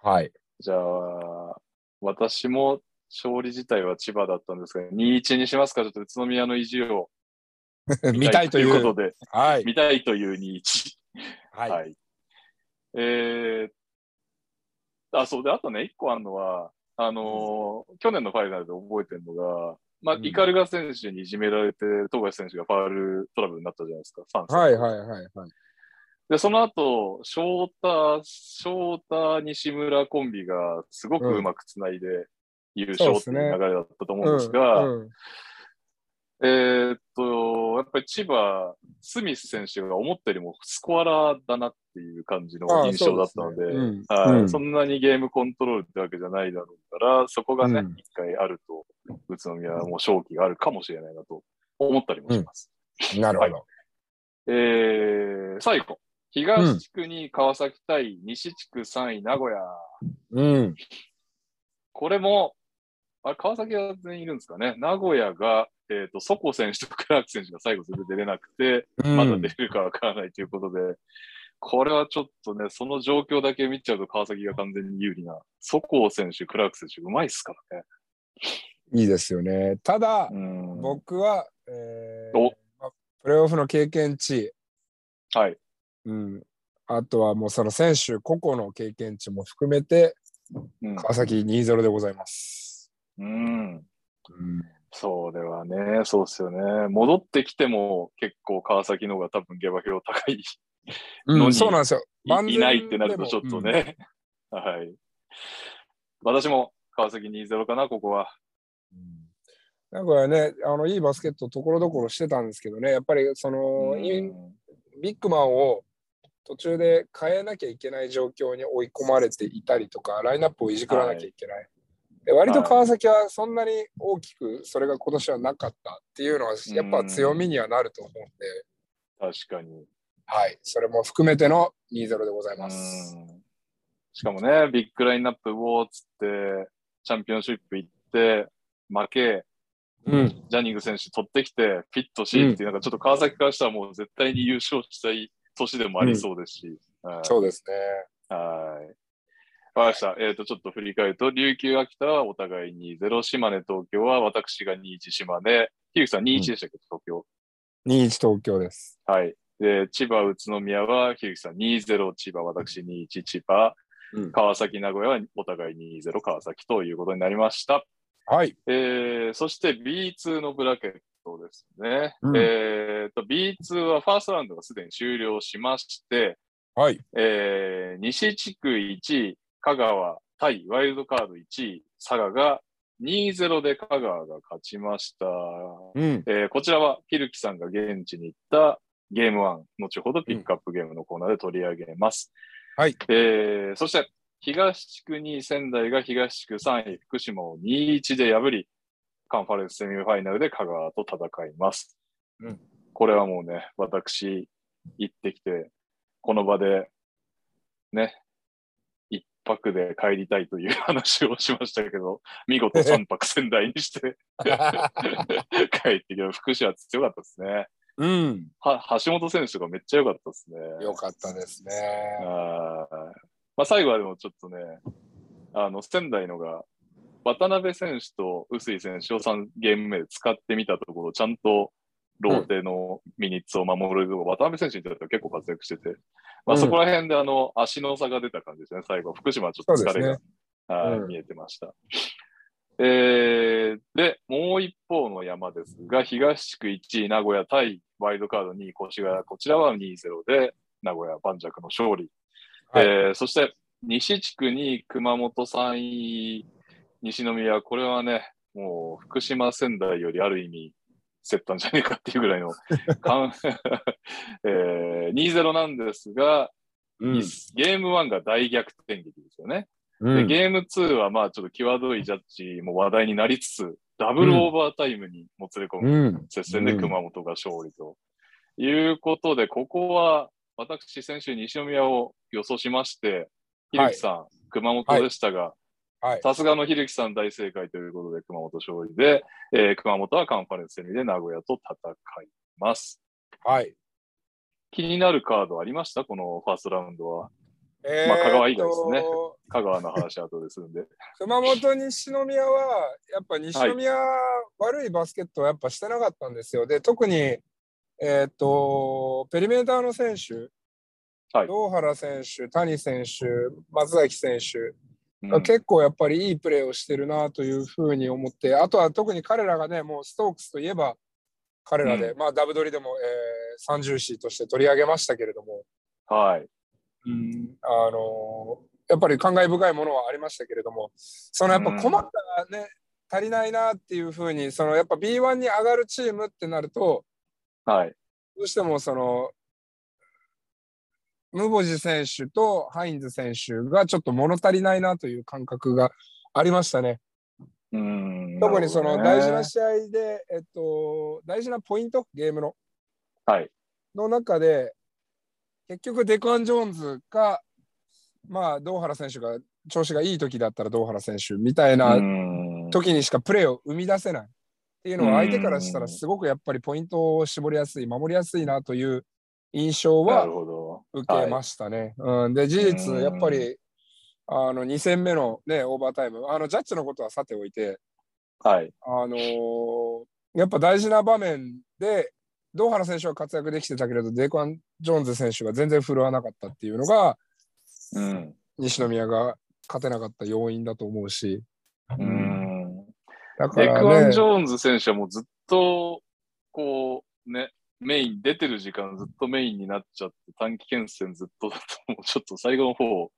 Speaker 2: はい。
Speaker 1: じゃあ、私も勝利自体は千葉だったんですが、2-1にしますかちょっと宇都宮の意地を
Speaker 2: 見たいとい
Speaker 1: こ
Speaker 2: う。
Speaker 1: とで、
Speaker 2: はい。
Speaker 1: 見たいという2-1。
Speaker 2: はい。
Speaker 1: はい。えー、あ、そうで、あとね、一個あるのは、あのー去年のファイナルで覚えてるのが、まあ、
Speaker 2: うん
Speaker 1: イカルガ選手にいじめられて、富樫選手がファールトラブルになったじゃないですか、ファンさん
Speaker 2: はいはいはいはい。
Speaker 1: で、その後、翔太、翔太、西村コンビがすごくうまくつないで優勝っていう流れだったと思うんですが、
Speaker 2: うんうん
Speaker 1: えーっと、やっぱり千葉、スミス選手が思ったよりもスコアラーだなっていう感じの
Speaker 2: ああ
Speaker 1: 印象だったので、
Speaker 2: そうですねうん
Speaker 1: はい
Speaker 2: うん
Speaker 1: そんなにゲームコントロールってわけじゃないだろうから、そこがね、一、
Speaker 2: うん
Speaker 1: 回あると、宇都宮はもう勝機があるかもしれないなと思ったりもします。
Speaker 2: なるほど。
Speaker 1: えー、最後、東地区に川崎対西地区3位名古屋。
Speaker 2: うん。
Speaker 1: これも、あれ川崎は全員いるんですかね。名古屋が、えーっ、と、ソコ選手とクラーク選手が最後全然出れなくて、
Speaker 2: うん
Speaker 1: まだ出るかわからないということで、これはちょっとね、その状況だけ見ちゃうと川崎が完全に有利な、ソコー選手、クラーク選手、うまいっすからね。
Speaker 2: いいですよね。ただ、
Speaker 1: うんは
Speaker 2: 僕は、えー
Speaker 1: お
Speaker 2: まあプレーオフの経験値、
Speaker 1: い。
Speaker 2: うん、あとはもうその選手個々の経験値も含めて、
Speaker 1: うん
Speaker 2: 川崎2-0でございます。
Speaker 1: うん。
Speaker 2: うん
Speaker 1: そうではね、そうっすよね。戻ってきても結構川崎の方が多分下馬評高い。のに
Speaker 2: そうなんですよ。万
Speaker 1: い
Speaker 2: 全
Speaker 1: いないってなるとちょっと
Speaker 2: でも。
Speaker 1: ね。 はい。私も川崎2-0かな、ここは。
Speaker 2: うんなんかね、あのいいバスケットところどころしてたんですけどね、やっぱりその、イン
Speaker 1: うん
Speaker 2: ビッグマンを途中で変えなきゃいけない状況に追い込まれていたりとか、ラインナップをいじくらなきゃいけない。で割と川崎はそんなに大きくそれが今年はなかったっていうのは、やっぱ強みにはなると思うんで、
Speaker 1: 確かに。
Speaker 2: はい。それも含めての2-0でございます。
Speaker 1: うんしかもね、ビッグラインナップ、うおーっつって、チャンピオンシップ行って、負け、
Speaker 2: うん。
Speaker 1: ジャニング選手取ってきて、ピッとしっていう、なんかちょっと川崎からしたらもう絶対に優勝したい年でもありそうですし。はい
Speaker 2: そうですね。
Speaker 1: はい。わかりました。えっ、と、ちょっと振り返ると、琉球、秋田はお互いに0、島根、東京は私が21、島根、ひゆきさん21でしたっけ、東京。
Speaker 2: 2-1東京です。
Speaker 1: はい。で、千葉、宇都宮は、ひゆきさん20、千葉、私21、千葉、
Speaker 2: うん
Speaker 1: 川崎、名古屋はお互い20、川崎ということになりました。
Speaker 2: はい。
Speaker 1: えーそして B2 のブラケットですね。
Speaker 2: うん
Speaker 1: えーと、B2 はファーストラウンドがすでに終了しまして、
Speaker 2: はい。
Speaker 1: えー西地区1位、香川、対ワイルドカード1位、佐賀が2-0で香川が勝ちました。
Speaker 2: う ん。
Speaker 1: えーこちらは、ひるきさんが現地に行ったゲーム1、後ほどピックアップゲームのコーナーで取り上げます。
Speaker 2: はい。
Speaker 1: えーそして、東地区2位仙台が東地区3位福島を2-1で破り、カンファレンスセミファイナルで香川と戦います。
Speaker 2: うん
Speaker 1: これはもうね、私、行ってきて、この場で、ね、一泊で帰りたいという話をしましたけど、見 事三泊仙台にして、 帰ってきた福島強かったですね。
Speaker 2: うん。
Speaker 1: は橋本選手がめっちゃ良かったですね。
Speaker 2: よかったですね。
Speaker 1: あーまあ、最後はでもちょっとね、あの仙台のが渡辺選手と臼井選手を3ゲーム目で使ってみたところ、ちゃんとローテのミニッツを守るところ、渡辺選手にとっては結構活躍してて、まあ、
Speaker 2: うん
Speaker 1: そこら辺であの足の差が出た感じですね、最後。福島はちょっと疲れ
Speaker 2: そ
Speaker 1: が、
Speaker 2: うで
Speaker 1: はい
Speaker 2: うん
Speaker 1: 見えてました。えーで、もう一方の山ですが、東地区1位、名古屋対ワイルドカード2位、越谷、こちらは2-0で、名古屋盤石の勝利。
Speaker 2: はい
Speaker 1: えーそして、西地区2位、熊本3位、西宮、これはね、もう福島、仙台よりある意味、競ったんじゃねえかっていうぐらい の、かん えー、2-0なんですが、
Speaker 2: うん
Speaker 1: ゲーム1が大逆転劇ですよね。
Speaker 2: う
Speaker 1: で
Speaker 2: ん。
Speaker 1: ゲーム2はまあちょっと際どいジャッジも話題になりつつ、ダブルオーバータイムにもつれ込む
Speaker 2: うん。
Speaker 1: 接戦で熊本が勝利ということで、ここは私、先週西宮を予想しまして、ひ
Speaker 2: はい
Speaker 1: るきさん、熊本でしたが
Speaker 2: はい、
Speaker 1: さすがのひるきさん大正解ということで熊本勝利で、えー熊本はカンファレンスセミで名古屋と戦います。
Speaker 2: はい。
Speaker 1: 気になるカードありましたこのファーストラウンドは。
Speaker 2: え
Speaker 1: まあ
Speaker 2: ー
Speaker 1: 香川以外ですね
Speaker 2: っと
Speaker 1: 香川の話後でするんで。
Speaker 2: 熊本西宮はやっぱ西宮、悪いバスケットはやっぱしてなかったんですよで特にえーっ、とペリメーターの選手、
Speaker 1: はい
Speaker 2: 堂原選手谷選手松崎選手
Speaker 1: うん
Speaker 2: 結構やっぱりいいプレーをしてるなというふうに思ってあとは特に彼らがねもうストークスといえば彼らで、まあダブドリでも、えー、30シーとして取り上げましたけれども、
Speaker 1: はい。
Speaker 2: うんあのーやっぱり感慨深いものはありましたけれどもそのやっぱ
Speaker 1: うん
Speaker 2: 困ったがね、足りないなっていうふうにそのやっぱ B1 に上がるチームってなると
Speaker 1: はい。
Speaker 2: どうしてもそのムボジ選手とハインズ選手がちょっと物足りないなという感覚がありましたね。
Speaker 1: うん
Speaker 2: 特にそ
Speaker 1: な
Speaker 2: の
Speaker 1: る
Speaker 2: 大
Speaker 1: ほ
Speaker 2: 事
Speaker 1: どね
Speaker 2: な試合で、えっと、大事なポイントゲームの
Speaker 1: はい。
Speaker 2: の中で、結局デクアン・ジョーンズか、まあ、堂原選手が調子がいい時だったら堂原選手みたいな
Speaker 1: と
Speaker 2: 時にしかプレーを生み出せないっていうのは、
Speaker 1: うん
Speaker 2: 相手からしたらすごくやっぱりポイントを絞りやすい、守りやすいなという印象
Speaker 1: な
Speaker 2: は
Speaker 1: るほど。
Speaker 2: 受けましたね。うん、で、事実、
Speaker 1: うん
Speaker 2: やっぱりあの2戦目の、ね、オーバータイム、あのジャッジのことはさておいて、
Speaker 1: はい。
Speaker 2: あのーやっぱ大事な場面で、堂原選手は活躍できてたけれど、デイコン・ジョーンズ選手が全然振るわなかったっていうのが、
Speaker 1: うん。
Speaker 2: 西宮が勝てなかった要因だと思うし、
Speaker 1: うん。
Speaker 2: だか
Speaker 1: デクア
Speaker 2: ら、
Speaker 1: ン・ジ
Speaker 2: ね、
Speaker 1: ョーンズ選手はもうずっと、こう、ね、メイン、出てる時間ずっとメインになっちゃって、短期決戦ずっとだと、もうちょっと最後の方、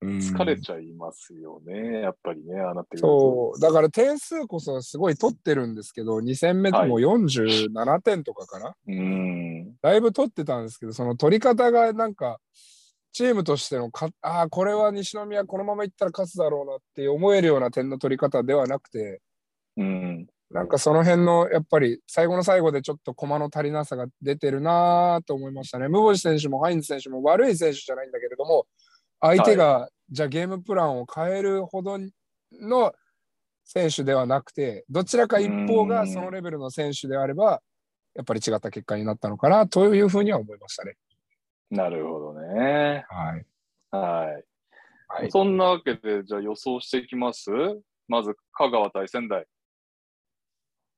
Speaker 1: 疲れちゃいますよね、やっぱりね、ああなってくると。
Speaker 2: そう、だから点数こそすごい取ってるんですけど、2戦目
Speaker 1: はい
Speaker 2: も47点とかかな、
Speaker 1: うん。
Speaker 2: だいぶ取ってたんですけど、その取り方がなんか、チームとしてのか、ああ、これは西宮このままいったら勝つだろうなって思えるような点の取り方ではなくて、
Speaker 1: うん。
Speaker 2: なんかその辺のやっぱり最後の最後でちょっと駒の足りなさが出てるなと思いましたね。ムボジ選手もハインズ選手も悪い選手じゃないんだけれども、相手がじゃあゲームプランを変えるほどの選手ではなくて、どちらか一方がそのレベルの選手であれば、やっぱり違った結果になったのかなというふうには思いましたね。
Speaker 1: なるほどね。
Speaker 2: はい。
Speaker 1: はい。
Speaker 2: はい、
Speaker 1: そんなわけで、じゃあ予想していきますまず、香川対仙台。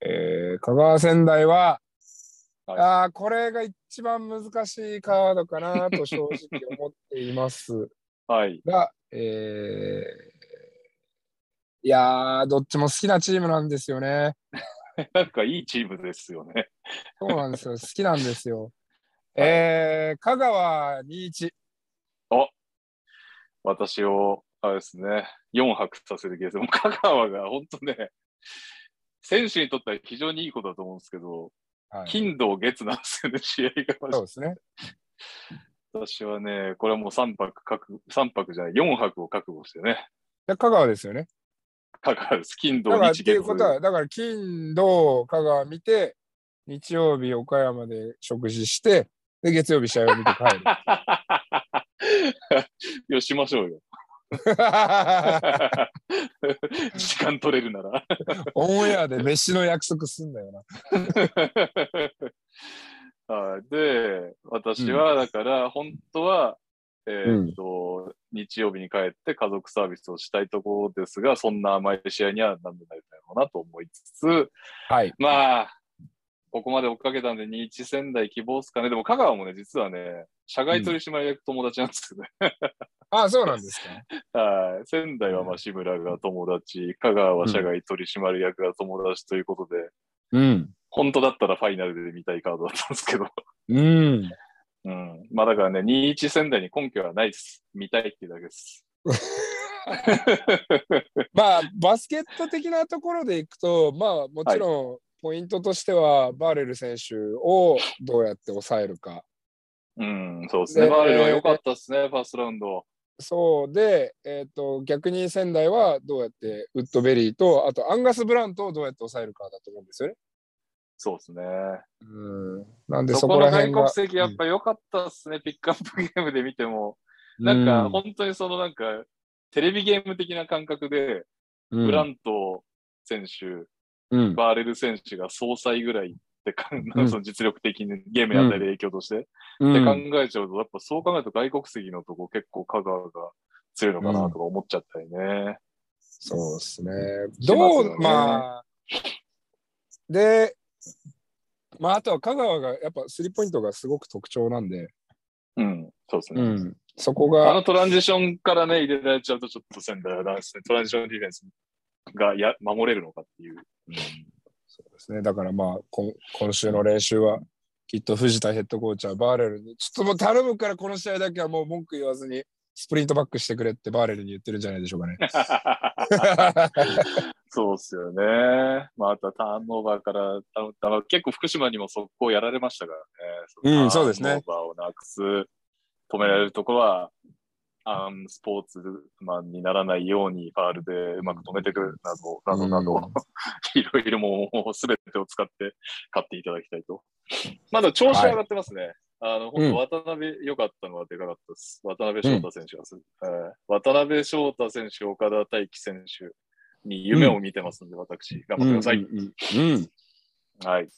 Speaker 2: えー、香川仙台は、
Speaker 1: はい
Speaker 2: ああ、これが一番難しいカードかなと正直思っています
Speaker 1: はい。
Speaker 2: が、えー、いやー、どっちも好きなチームなんですよね。
Speaker 1: なんかいいチームですよね。
Speaker 2: そうなん ですよ。好きなんですよ。
Speaker 1: はい
Speaker 2: えー、香川21。
Speaker 1: 私を、あれですね、4泊させるケース。もう香川が本当ね、選手にとっては非常にいいことだと思うんですけど、
Speaker 2: はい、
Speaker 1: 金土月なんですよね、試合が
Speaker 2: そう。ですね。
Speaker 1: 私はね、これはもう3泊覚悟、3泊じゃない、4泊を覚悟してね、
Speaker 2: で香川ですよね。
Speaker 1: 香川です。金土
Speaker 2: だから、っ
Speaker 1: 日
Speaker 2: てい
Speaker 1: 月
Speaker 2: う。ことは、だから、金、土、香川見て、日曜日、岡山で食事して、で、月曜日、試合を見て帰 る。
Speaker 1: よしましょ うよ。時間取れるなら。
Speaker 2: オンエアで飯の約束すんだよな。
Speaker 1: はいで、私は、だから、本当は、えーっと、日曜日に帰って家族サービスをしたいところですが、そんな甘い試合にはなんでないだろうなと思いつつ、
Speaker 2: はい。
Speaker 1: まあ、ここまで追っかけたんで、2、1仙台希望っすかね。でも、香川もね、実はね、社外取締役友達なんですけどね。
Speaker 2: あそうなんですか。
Speaker 1: はい。仙台はまあ志村が友達、香川は社外取締役が友達ということで、
Speaker 2: うん。
Speaker 1: 本当だったらファイナルで見たいカードだったんですけど。
Speaker 2: うん。
Speaker 1: うん。まあだからね、21仙台に根拠はないです。見たいっていうだけ です。
Speaker 2: まあ、バスケット的なところでいくと、まあ、もちろん、ポイントとしては、バーレル選手をどうやって抑えるか。
Speaker 1: うん、そうですね。
Speaker 2: ね
Speaker 1: バーレルは良かったですね、ファーストラウンド。
Speaker 2: そうで、えっ、と、逆に仙台はどうやって、ウッドベリーと、あと、アンガス・ブラントをどうやって抑えるかだと思うんですよね。
Speaker 1: そうですね。
Speaker 2: うん。なんで、
Speaker 1: そ
Speaker 2: そ
Speaker 1: こ
Speaker 2: こ
Speaker 1: の
Speaker 2: ら辺
Speaker 1: 外
Speaker 2: が
Speaker 1: 国。籍やっぱ良かったですね、ピックアップゲームで見ても。なん
Speaker 2: う
Speaker 1: か、本当にそのなんか、テレビゲーム的な感覚で、
Speaker 2: うん
Speaker 1: ブラント選手、
Speaker 2: うん
Speaker 1: バーレル選手が総裁ぐらいってか、
Speaker 2: うん
Speaker 1: その実力的にゲームに与える影響として、って考えちゃうと、やっぱそう考えると外国籍のとこ結構香川が強いのかなとか思っちゃったりね。
Speaker 2: そうですね。
Speaker 1: します
Speaker 2: ど
Speaker 1: よ
Speaker 2: う、
Speaker 1: ね
Speaker 2: まあ、で、まあ、あとは香川がやっぱスリーポイントがすごく特徴なんで、
Speaker 1: うん、そうですね。
Speaker 2: うん、そこ
Speaker 1: あ
Speaker 2: が、
Speaker 1: のトランジションからね、入れられちゃうとちょっと仙台はダメですね。トランジションディフェンスがや守れるのかっていう。
Speaker 2: そうですね、だからまあ、こ今週の練習は、きっと藤田ヘッドコーチはバーレルに、ちょっともう頼むからこの試合だけはもう文句言わずに、スプリントバックしてくれってバーレルに言ってるんじゃないでしょうかね。
Speaker 1: そうっすよね。まあ、あとはターンオーバーから、あのあの結構福島にも速攻やられましたからね。
Speaker 2: うんそうですね
Speaker 1: ターンオーバーをなくす、止められるところは、あんスポーツマンにならないようにファールでうまく止めてくるなど、などなど、
Speaker 2: うん
Speaker 1: いろいろもうもう全てを使って勝っていただきたいと。まだ調子は上がってますね。あの、
Speaker 2: うん
Speaker 1: 本当渡辺良かったのはでかかったです。渡辺翔太選手がす、えー渡辺翔太選手、岡田大輝選手に夢を見てますので、私、頑張ってください。
Speaker 2: うんうんうん
Speaker 1: はい。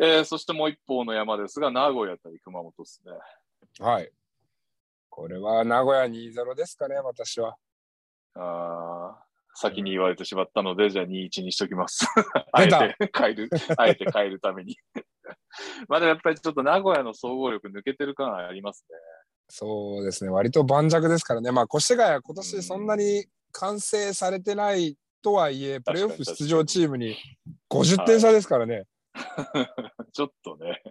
Speaker 1: えーそしてもう一方の山ですが、名古屋対熊本ですね。
Speaker 2: はい。これは名古屋2-0ですかね、私は。
Speaker 1: あー先に言われてしまったので、じゃあ2-1にしときます。あえ
Speaker 2: 出た
Speaker 1: て変える、あえて変えるために。 まだやっぱりちょっと名古屋の総合力抜けてる感ありますね。
Speaker 2: そうですね、割と盤石ですからね、まあ、越谷、今年そんなに完成されてないとはいえ、プレーオフ出場チームに50点差ですからね。
Speaker 1: ちょっとね、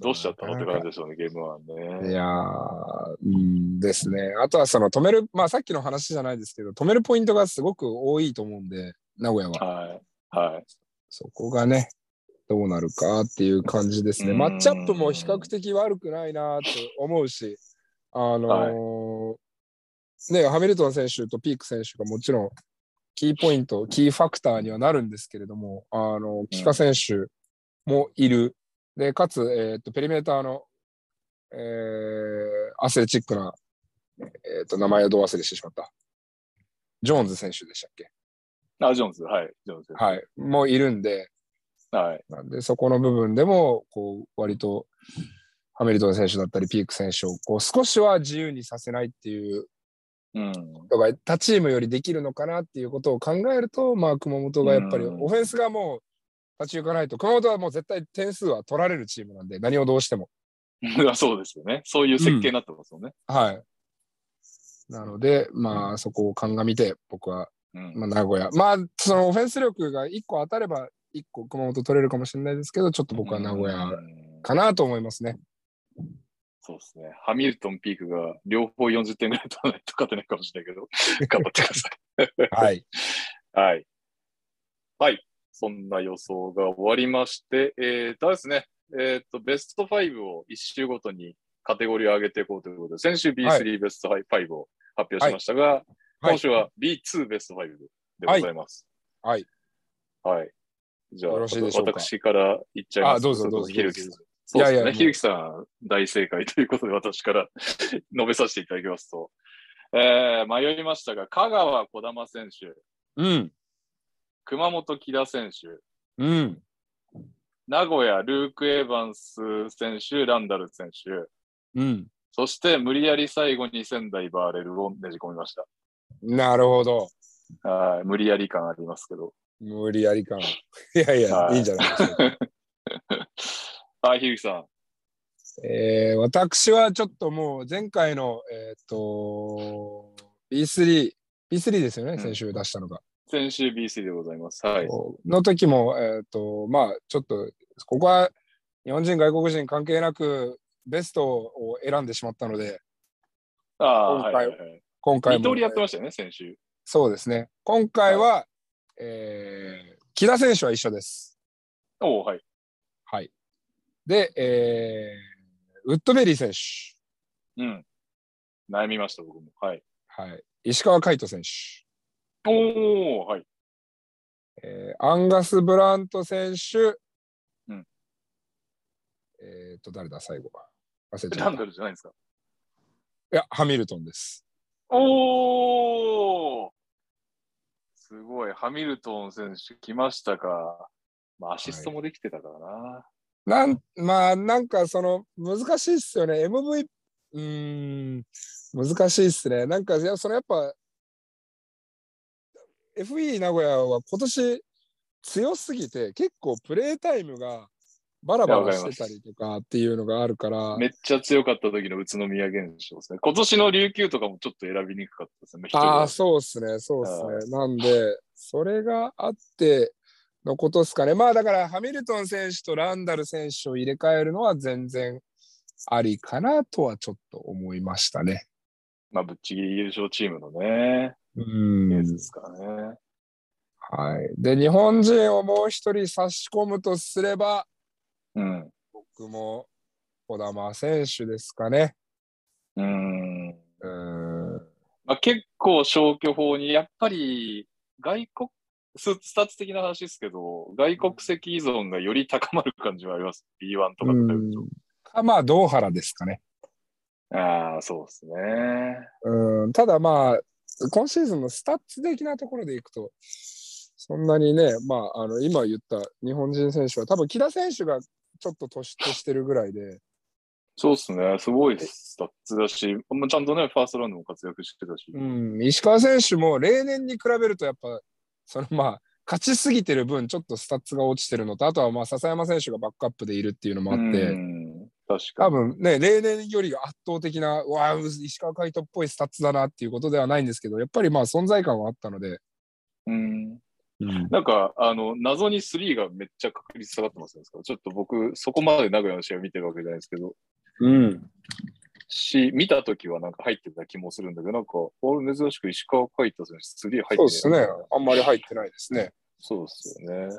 Speaker 1: どうしちゃったのって感じでしょうね、ゲームはね。
Speaker 2: いやー、うんですね、あとはその止める、まあ、さっきの話じゃないですけど、止めるポイントがすごく多いと思うんで、名古屋は。
Speaker 1: はい。はい。
Speaker 2: そこがね、どうなるかっていう感じですね。
Speaker 1: うん
Speaker 2: マッチアップも比較的悪くないなと思うし、あのーね、ハミルトン選手とピーク選手がもちろんキーポイント、キーファクターにはなるんですけれども、あの、キカ選手もいる。で、かつ、えーっと、ペリメーターの、えー、アスレチックな、えーっと、名前をどう忘れしてしまった。ジョーンズ選手でしたっけ
Speaker 1: あ、ジョーンズ、はい、ジョーンズ。
Speaker 2: はい。もいるんで、
Speaker 1: はい。
Speaker 2: なんで、そこの部分でも、こう、割と、ハミルトン選手だったり、ピーク選手を、こう、少しは自由にさせないっていう
Speaker 1: うん。
Speaker 2: ことが、他チームよりできるのかなっていうことを考えると、まあ、熊本がやっぱり、
Speaker 1: うん
Speaker 2: オフェンスがもう、立ち行かないと、熊本はもう絶対点数は取られるチームなんで、何をどうしても。
Speaker 1: そうですよね。そういう設計になってますよね。
Speaker 2: はい。なので、まあ、そこを鑑みて、僕は、
Speaker 1: うん。
Speaker 2: まあ、名古屋。まあ、そのオフェンス力が1個当たれば、1個熊本取れるかもしれないですけど、ちょっと僕は名古
Speaker 1: う
Speaker 2: 屋
Speaker 1: ん
Speaker 2: かなと思いますね。
Speaker 1: そうですね。ハミルトンピークが両方40点ぐらい取らないと勝てないかもしれないけど、頑張ってくださ
Speaker 2: はい。
Speaker 1: い。はい。はい。そんな予想が終わりまして、えーとですね、えっ、と、ベスト5を1週ごとにカテゴリーを上げていこうということで、先週 B3、
Speaker 2: は
Speaker 1: ベスト5を発表しましたが、今週は B2 ベスト5でございます。
Speaker 2: はい。
Speaker 1: はい。じゃあ、
Speaker 2: よろしいでしょうか
Speaker 1: 私から言っちゃいます。
Speaker 2: あどうぞどうぞ
Speaker 1: ひるきさん
Speaker 2: どうぞ。
Speaker 1: そうですね。
Speaker 2: いやいや
Speaker 1: ひるきさん、大正解ということで、私から 述べさせていただきますと、えー、迷いましたが、香川小玉選手、
Speaker 2: うん。
Speaker 1: 熊本木田選手、
Speaker 2: うん。
Speaker 1: 名古屋ルーク・エヴァンス選手、ランダル選手、
Speaker 2: うん。
Speaker 1: そして無理やり最後に仙台バーレルをねじ込みまし
Speaker 2: なるほど。
Speaker 1: た。はい無理やり感ありますけど。
Speaker 2: 無理やり感。い やいや、
Speaker 1: はい
Speaker 2: いいんじゃないでしょうか。
Speaker 1: はい、ひるきさん。
Speaker 2: えー私はちょっともう前回の、えっ、と、B3、B3 ですよね、
Speaker 1: ん
Speaker 2: 先週出したのが。
Speaker 1: 先週 BC でございます。はい。
Speaker 2: の時も、えっ、と、まあ、ちょっと、ここは日本人、外国人関係なく、ベストを選んでしまったので、
Speaker 1: ああ、は
Speaker 2: 今
Speaker 1: いは
Speaker 2: 回
Speaker 1: いはい。
Speaker 2: 今回
Speaker 1: 二
Speaker 2: も
Speaker 1: 通り、やってましたよね、先週。
Speaker 2: そうですね。今回は、えー木田選手は一緒です。
Speaker 1: おお、はい。
Speaker 2: はい。で、えーウッドベリー選手。
Speaker 1: うん。悩みました、僕も。はい。
Speaker 2: はい。石川海人選手。
Speaker 1: おお、はい。
Speaker 2: えーアンガス・ブラント選手。
Speaker 1: うん。
Speaker 2: えっ、と、誰だ、最後。忘れちゃ
Speaker 1: ラ
Speaker 2: っ
Speaker 1: ン
Speaker 2: た。
Speaker 1: ダ
Speaker 2: い
Speaker 1: ルじゃないんですか。
Speaker 2: や、ハミルトンです。
Speaker 1: おおすごい。ハミルトン選手来ましたか。まあ、アシストもできてたからな。
Speaker 2: なん、まあ、なんか、その、難しいっすよね。MV、うーん、難しいっすね。なんか、いや、そのやっぱ、FE 名古屋は今年強すぎて、結構プレータイムがバラバラしてたりとかっていうのがあるから、
Speaker 1: めっちゃ強かった時の宇都宮現象ですね。今年の琉球とかもちょっと選びにくかったですね。一人は
Speaker 2: ああ、そうっすね、そうっすね。なんで、それがあってのことっすかね。まあだから、ハミルトン選手とランダル選手を入れ替えるのは全然ありかなとはちょっと思いましたね。
Speaker 1: まあ、ぶっちぎり優勝チームのね、
Speaker 2: うん
Speaker 1: ケースですからね。
Speaker 2: はい。で、日本人をもう一人差し込むとすれば、
Speaker 1: うん。
Speaker 2: 僕も小玉選手ですかね。
Speaker 1: うーん
Speaker 2: うん。
Speaker 1: まあ、結構消去法に、やっぱり外国、ススタッツ的な話ですけど、外国籍依存がより高まる感じはあります。B1 とかってなると。
Speaker 2: かまあ、堂原ですかね。
Speaker 1: ああ、そうですね。
Speaker 2: うん、ただまあ、今シーズンのスタッツ的なところでいくと、そんなにね、まあ、あの今言った日本人選手は、多分木田選手がちょっと突出してるぐらいで、
Speaker 1: そうですね。すごいスタッツだし、まあちゃんとね、ファーストラウンドも活躍してたし。
Speaker 2: うん、石川選手も例年に比べると、やっぱ、そのまあ、勝ちすぎてる分、ちょっとスタッツが落ちてるのと、あとはまあ笹山選手がバックアップでいるっていうのもあって、
Speaker 1: うん確か
Speaker 2: 多
Speaker 1: に。
Speaker 2: 分ね、例年より圧倒的な、うわあ、石川海人っぽいスタッツだなっていうことではないんですけど、やっぱりまあ存在感はあったので、
Speaker 1: うん
Speaker 2: うん、
Speaker 1: なんか、あの、謎に3がめっちゃ確率下がってますね。ちょっと僕、そこまで名古屋の試合見てるわけじゃないですけど、
Speaker 2: うん、
Speaker 1: し、見たときはなんか入ってた気もするんだけど、なんか、あれ珍しく石川海人選手、スリー入って
Speaker 2: そう
Speaker 1: る
Speaker 2: ですね。あんまり入ってないですね。
Speaker 1: そうですよね。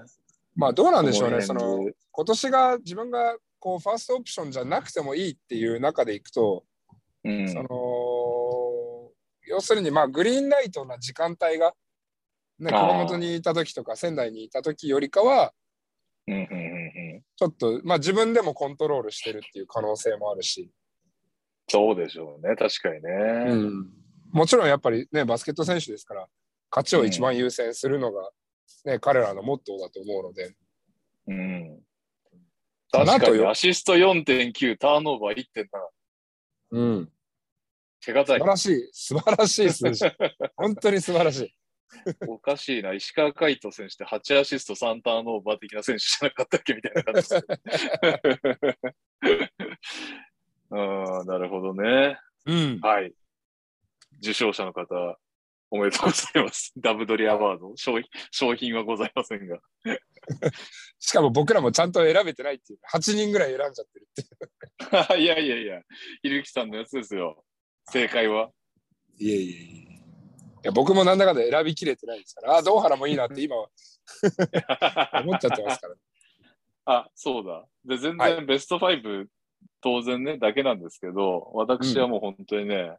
Speaker 2: まあどうなんでしょうね。そ
Speaker 1: こ辺
Speaker 2: の
Speaker 1: で、
Speaker 2: 今年が自分がこうファーストオプションじゃなくてもいいっていう中でいくと、
Speaker 1: うん、
Speaker 2: その要するにまあグリーンライトな時間帯がね、
Speaker 1: あー
Speaker 2: 熊本にいた時とか仙台にいた時よりかは、
Speaker 1: うんうんうんうん。
Speaker 2: ちょっと、まあ自分でもコントロールしてるっていう可能性もあるし、
Speaker 1: そうでしょうね。確かにね。
Speaker 2: うんもちろんやっぱりね、バスケット選手ですから、勝ちを一番優先するのが、ね、彼らのモットーだと思うので、
Speaker 1: うん。
Speaker 2: かな
Speaker 1: 確
Speaker 2: と
Speaker 1: かに
Speaker 2: よ
Speaker 1: アシスト4.9、ターンオーバー1.7。
Speaker 2: うん、
Speaker 1: 手堅
Speaker 2: 素
Speaker 1: い
Speaker 2: 晴。らしい、素晴らしい数 字。本当に素晴らしい。
Speaker 1: おかしいな。石川海人選手って8アシスト3ターンオーバー的な選手じゃなかったっけみたいな感じですけど。うん、なるほどね。
Speaker 2: うん、
Speaker 1: はい。受賞者の方、おめでとうございます。 ダブドリアワード。商品商品はございませんが。
Speaker 2: しかも僕らもちゃんと選べてないっていう、8人ぐらい選んじゃってるって
Speaker 1: いやいやいや、ひるきさんのやつですよ。正解は。
Speaker 2: いう。いえいえいえ。いや僕もなんだかんだ選びきれてないですから、ああ、ドーハラもいいなって今は思っちゃってますから、
Speaker 1: あ、そうだ。で、全
Speaker 2: は
Speaker 1: 然ベスト5、当然ね、だけなんですけど、私はもう本当にね、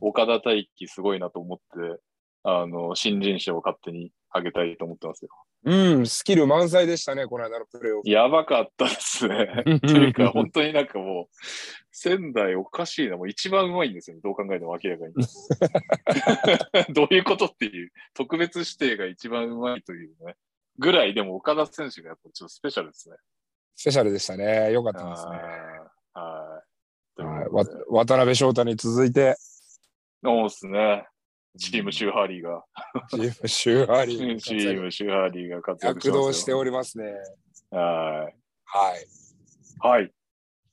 Speaker 1: 岡田大輝すごいなと思って、あの、新人賞を勝手にあげたいと思ってますよ。
Speaker 2: うん、スキル満載でしたね、この間のプレーオ
Speaker 1: やばかったですね。
Speaker 2: フ。
Speaker 1: という か、本当になんかもう、仙台おかしいな、もう一番うまいんですよね、どう考えても明らか に。どういうことっていう、特別指定が一番うまいというね、ぐらい、でも岡田選手がやっぱちょっとスペシャルですね。
Speaker 2: スペシャルでしたね。よかったですね。
Speaker 1: はい。はい。
Speaker 2: はい
Speaker 1: わ
Speaker 2: わ渡辺翔太に続いて、
Speaker 1: そうですね。チームシューハーリーが、
Speaker 2: チームシューハリ
Speaker 1: チ
Speaker 2: ーに活躍
Speaker 1: ームシューハーリーが活躍
Speaker 2: 躍動して
Speaker 1: お
Speaker 2: おりますね。
Speaker 1: は
Speaker 2: はい。
Speaker 1: い。はい。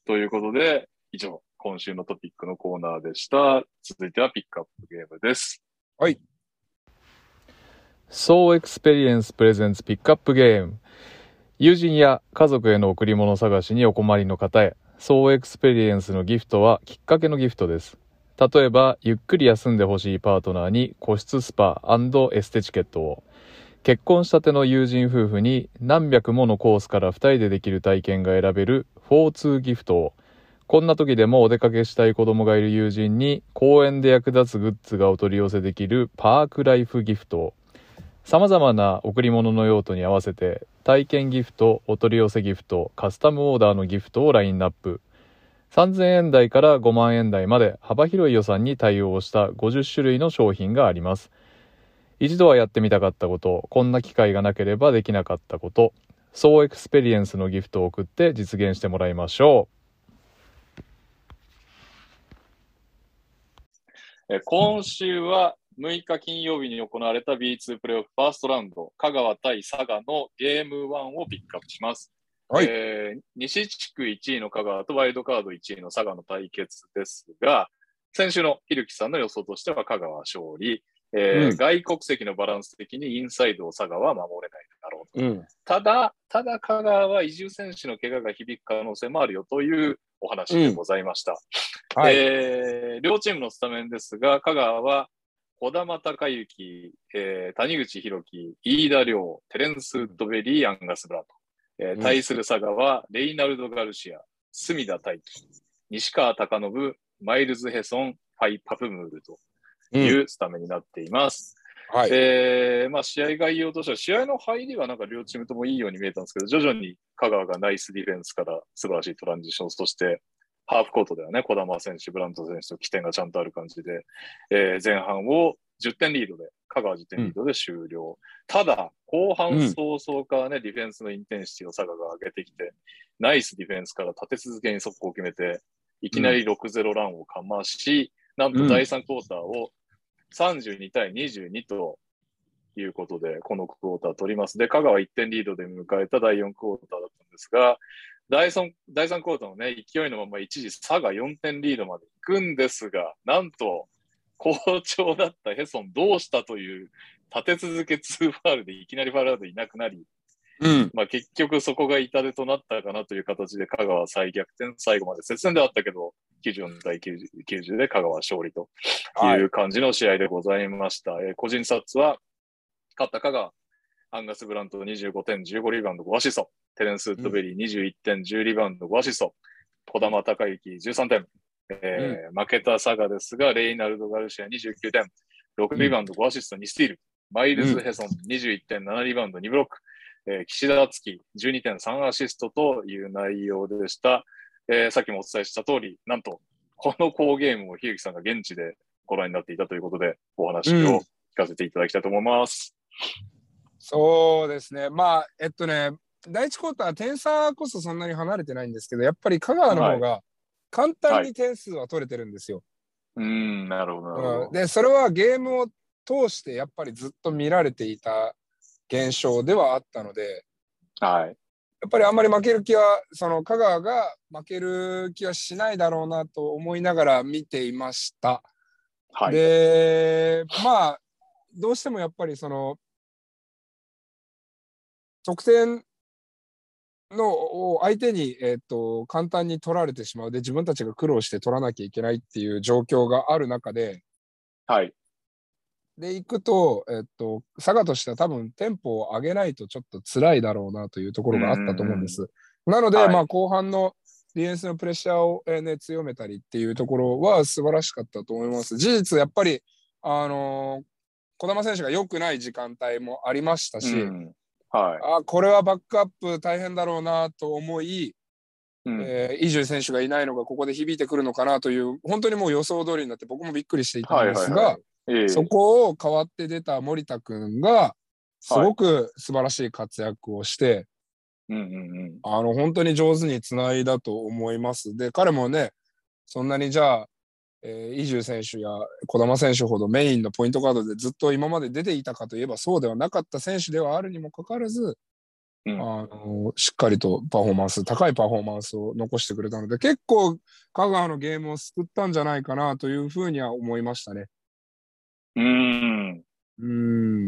Speaker 1: ということで、以上、今週のトピックのコーナーでした。続いてはピックアップゲームです。
Speaker 3: そうエクスペリエンスプレゼンツピックアップゲーム。友人や家族への贈り物探しにお困りの方へ、そうエクスペリエンスのギフトはきっかけのギフトです。例えば、ゆっくり休んでほしいパートナーに個室スパエステチケットを、結婚したての友人夫婦に何百ものコースから2人でできる体験が選べる4-2ギフトを、こんな時でもお出かけしたい子供がいる友人に公園で役立つグッズがお取り寄せできるパークライフギフトを、さまざまな贈り物の用途に合わせて体験ギフトお取り寄せギフトカスタムオーダーのギフトをラインナップ3000円台から5万円台まで幅広い予算に対応した50種類の商品があります一度はやってみたかったことこんな機会がなければできなかったこと総エクスペリエンスのギフトを送って実現してもらいましょ
Speaker 1: えー今週は6日金曜日に行われた B2 プレーオフファーストラウンド、香川対佐賀のゲーム1をピックアップします。
Speaker 2: はい
Speaker 1: えー西地区1位の香川とワイルドカード1位の佐賀の対決ですが、先週のひるきさんの予想としては香川勝利、えー
Speaker 2: うん
Speaker 1: 外国籍のバランス的にインサイドを佐賀は守れないだろうと。
Speaker 2: うん。
Speaker 1: ただ、ただ香川は移住選手の怪我が響く可能性もあるよというお話でございました。
Speaker 2: はい。
Speaker 1: えー両チームのスタメンですが、香川は児玉孝之、えー谷口博樹、飯田亮、テレンス・ウッドベリー、アンガス・ブラと、えー
Speaker 2: うん
Speaker 1: 対する佐賀はレイナルド・ガルシア、隅田大輝、西川貴信、マイルズ・ヘソン、ファイ・パプムールと
Speaker 2: うん
Speaker 1: いうスタメンになっています。
Speaker 2: はい。
Speaker 1: えーまあ、試合概要としては、試合の入りはなんか両チームともいいように見えたんですけど、徐々に香川がナイスディフェンスから素晴らしいトランジション、そしてハーフコートではね、児玉選手、ブラント選手と起点がちゃんとある感じで、えー前半を10点リードで、香川10点リードで終了。ただ、後半早々からね、ディフェンスのインテンシティを佐賀が上げてきて、ナイスディフェンスから立て続けに速攻を決めて、いきなり6-0ランをかまし、なんと第3クォーターを32対22ということで、このクォーター取ります。で、香川1点リードで迎えた第4クォーターだったんですが、第 3, 第3クォーターのね、勢いのまま一時佐賀4点リードまで行くんですが、なんと、好調だったヘソンどうしたという立て続け2ファールでいきなりファールアウトいなくなり、
Speaker 2: うん。
Speaker 1: まあ、結局そこが痛手となったかなという形で香川再逆転、最後まで接戦ではあったけど、94対90で香川勝利と
Speaker 2: はいい。
Speaker 1: う感じの試合でございました。えー個人サッツは、勝った香川、アンガス・ブラント25点、15リバウンド、5アシスト、テレンス・ウッドベリー21点、10リバウンド、5アシスト、児玉孝之13点、えー負けた佐賀ですが、レイナルド・ガルシア29点、6リバウンド、5アシスト、2スティールマイルズ・ヘソン21.7リバウンド2ブロック、えー岸田敦樹12.3アシストという内容でした。えーさっきもお伝えした通り、なんと、この好ゲームをひゆきさんが現地でご覧になっていたということで、お話
Speaker 2: うん
Speaker 1: を聞かせていただきたいと思います。
Speaker 2: そうですね。まあ、えっとね、第一クォーター、点差こそそんなに離れてないんですけど、やっぱり香川の方が簡単に点数は取れてるんですよ。
Speaker 1: うーん、なるほど、なるほ
Speaker 2: うん
Speaker 1: ど。
Speaker 2: で、それはゲームを通してやっぱりずっと見られていた現象ではあったので、
Speaker 1: はい。
Speaker 2: やっぱりあんまり負ける気は、その香川が負ける気はしないだろうなと思いながら見ていました。
Speaker 1: はい。
Speaker 2: で、まあ、どうしてもやっぱりその、得点のを相手に、えっと簡単に取られてしまうで、自分たちが苦労して取らなきゃいけないっていう状況がある中で、
Speaker 1: はい。
Speaker 2: で、行くと、えっと、佐賀としては多分テンポを上げないとちょっと辛いだろうなというところがあったと思うんです。なので、
Speaker 1: はい
Speaker 2: まあ、後半のディフェンスのプレッシャーを、えーね、強めたりっていうところは素晴らしかったと思います。事実、やっぱり、あのー、児玉選手が良くない時間帯もありましたし、
Speaker 1: うんはい。
Speaker 2: あーこれはバックアップ大変だろうなと思い、
Speaker 1: うん
Speaker 2: えー、伊集院選手がいないのがここで響いてくるのかなという、本当にもう予想通りになって、僕もびっくりしていたんで
Speaker 1: は
Speaker 2: す
Speaker 1: いはいは
Speaker 2: が
Speaker 1: い、ええ
Speaker 2: そこを代わって出た森田君が、すごく素晴らしい活躍をして、
Speaker 1: うんうんうん。
Speaker 2: あの、本当に上手につないだと思います。で、彼もね、そんなにじゃあ、えー、伊集選手や児玉選手ほどメインのポイントカードでずっと今まで出ていたかといえばそうではなかった選手ではあるにもかかわらず、
Speaker 1: うん
Speaker 2: あのしっかりとパフォーマンス高いパフォーマンスを残してくれたので結構香川のゲームを救ったんじゃないかなというふうには思いましたね。
Speaker 1: うーん。
Speaker 2: う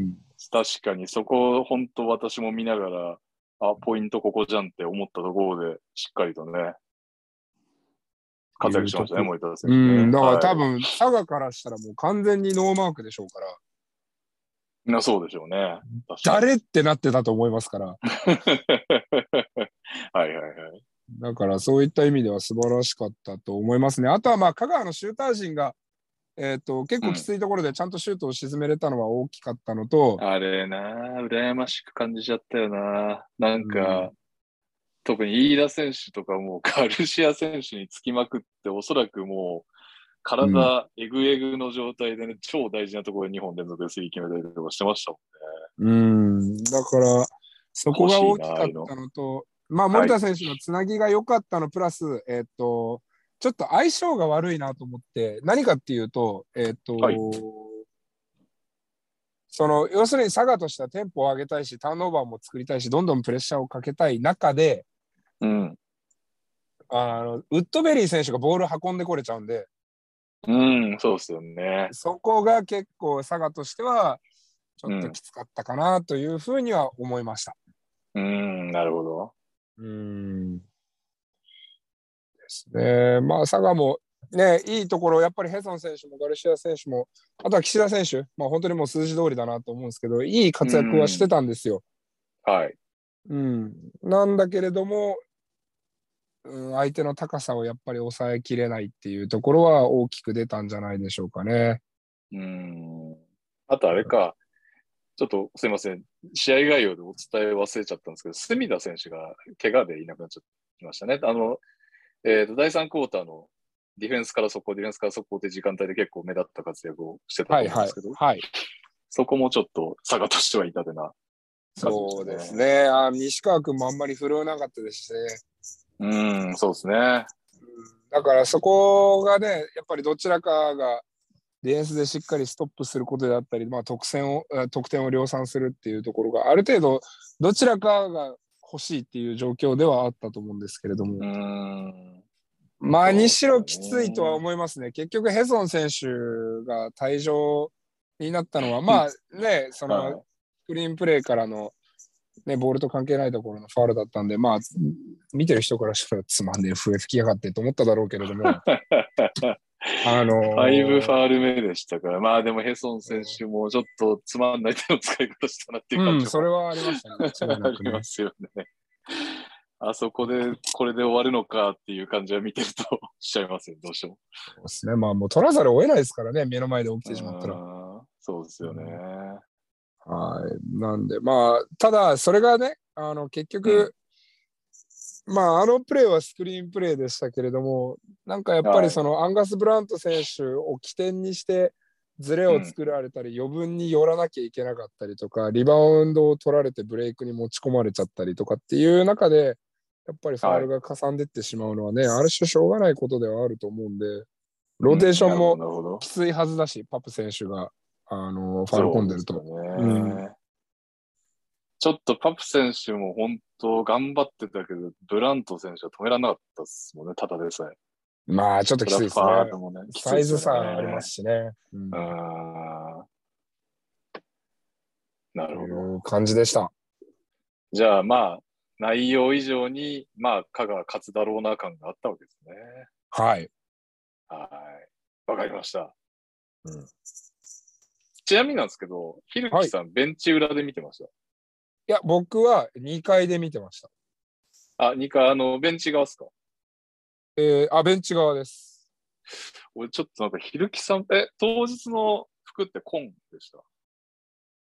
Speaker 2: ん
Speaker 1: 確かに、そこ、本当私も見ながら、あ、ポイントここじゃんって思ったところで、しっかりとね、活躍しましたね、
Speaker 2: い
Speaker 1: 森田選手ね。
Speaker 2: うん、だから多
Speaker 1: は
Speaker 2: 分、佐賀からしたらもう完全にノーマークでしょうから、
Speaker 1: い、なそうでしょうね。確かに
Speaker 2: 誰ってなってたと思いますから、
Speaker 1: はいはいはい。
Speaker 2: だからそういった意味では素晴らしかったと思いますね。あとはまあ、香川のシューター陣が、えっと結構きついところでちゃんとシュートを沈めれたのは大きかったのと、
Speaker 1: あれなあ、羨ましく感じちゃったよな。なんか、
Speaker 2: うん
Speaker 1: 特に飯田選手とかもうガルシア選手につきまくって、おそらくもう、体えぐえぐの状態でね、超大事なところで2本連続でスリー決めたりとかしてましたも
Speaker 2: うん、だからそこが大きかったのと、まあ、森田選手のつなぎが良かったのプラス、えっとちょっと相性が悪いなと思って、何かっていうと、えっと、
Speaker 1: はい
Speaker 2: その要するに佐賀としてはテンポを上げたいし、ターンオーバーも作りたいし、どんどんプレッシャーをかけたい中で、
Speaker 1: んね。
Speaker 2: あのウッドベリー選手がボール運んでこれちゃうんで、
Speaker 1: うん。うん、そうですよね。
Speaker 2: そこが結構佐賀としては、ちょっときつかったかなというふうには思いました。
Speaker 1: うん、なるほど。
Speaker 2: うんですね。まあ、佐賀も、ね、いいところ、やっぱりヘソン選手もガルシア選手も、あとは岸田選手、まあ、本当にもう数字通りだなと思うんですけど、いい活躍はしてたんですよ。
Speaker 1: はい。
Speaker 2: うん、なんだけれども、うん、相手の高さをやっぱり抑えきれないっていうところは大きく出たんじゃないでしょうかね。
Speaker 1: うん。あとあれか、ちょっとすいません。試合概要でお伝え忘れちゃったんですけど、隅田選手が怪我でいなくなっちゃいましたね。あの、えーと、第3クォーターのディフェンスから速攻、ディフェンスから速攻って時間帯で結構目立った活躍をしてたと
Speaker 2: は
Speaker 1: 思
Speaker 2: い
Speaker 1: うん
Speaker 2: は
Speaker 1: で
Speaker 2: い
Speaker 1: すけど、。
Speaker 2: はい。
Speaker 1: そこもちょっと差がとしては痛手な。
Speaker 2: そうですね。あ西川君もあんまり振るわなかったですしね。
Speaker 1: うん、そうですね。
Speaker 2: だからそこがね、やっぱりどちらかがディフェンスでしっかりストップすることであったり、まあ、得点をあ得点を量産するっていうところがある程度どちらかが欲しいっていう状況ではあったと思うんですけれども、
Speaker 1: うん。
Speaker 2: まあ
Speaker 1: そう
Speaker 2: に
Speaker 1: です
Speaker 2: し
Speaker 1: ね
Speaker 2: ろきついとは思いますね。結局ヘソン選手が退場になったのは、まあね、そ
Speaker 1: はい
Speaker 2: のスクリーンプレーからの、ね、ボールと関係ないところのファウルだったんで、まあ見てる人からしたらつまんねえ笛吹きやがってと思っただろうけれども。 あのー
Speaker 1: ファイブファール目でしたから、まあでもヘソン選手もちょっとつまんない手の使い方したなっていう
Speaker 2: う
Speaker 1: 感
Speaker 2: ん、
Speaker 1: じ
Speaker 2: そ
Speaker 1: も
Speaker 2: れはありまし たね。間違
Speaker 1: あ
Speaker 2: いなく
Speaker 1: り
Speaker 2: ね
Speaker 1: ますよね。あそこで、これで終わるのかっていう感じは見てるとしちゃいますよ、どうしても。
Speaker 2: そうですね。まあもう取らざるを得ないですからね、目の前で起きてしまったら。
Speaker 1: うんそうですよね。
Speaker 2: はい。なんで、まあ、ただ、それがね、あの、結局、まあ、あのプレーはスクリーンプレーでしたけれども、なんかやっぱ
Speaker 1: はい
Speaker 2: りその、アンガス・ブラント選手を起点にして、ズレを作られたり、余分に寄らなきゃいけなかったりとか、リバウンドを取られてブレイクに持ち込まれちゃったりとかっていう中で、やっぱりファウルがかさんでってしまうのはね、ある種しょうがないことではあると思うんで、ローテーションも
Speaker 1: うんなるほどなるほど
Speaker 2: きついはずだし、パップ選手が、あの、ファウル込んでると。
Speaker 1: そうですよね
Speaker 2: うん
Speaker 1: ちょっとパプ選手も本当頑張ってたけど、ブラント選手は止められなかったですもんね、ただでさえ。
Speaker 2: まあ、ちょっときついですね
Speaker 1: フ。ラファールもね。きつい
Speaker 2: サイ
Speaker 1: です
Speaker 2: ズ
Speaker 1: よね
Speaker 2: 差ありますしね。うん
Speaker 1: うーんなるほど。
Speaker 2: いう感じでした。
Speaker 1: じゃあまあ、内容以上に、まあ、かが勝つだろうな感があったわけですね。
Speaker 2: はい。
Speaker 1: はい。わかりました。
Speaker 2: うん
Speaker 1: ちなみになんですけど、ひるきさん、ベンチ裏で見てまし
Speaker 2: いや、僕は2階で見てました。
Speaker 1: た。あ、二回、あの、ベンチ側っすか
Speaker 2: えー、あ、ベンチ側です。
Speaker 1: 俺ちょっとなんか、ひるきさん、え、当日の服ってコンでした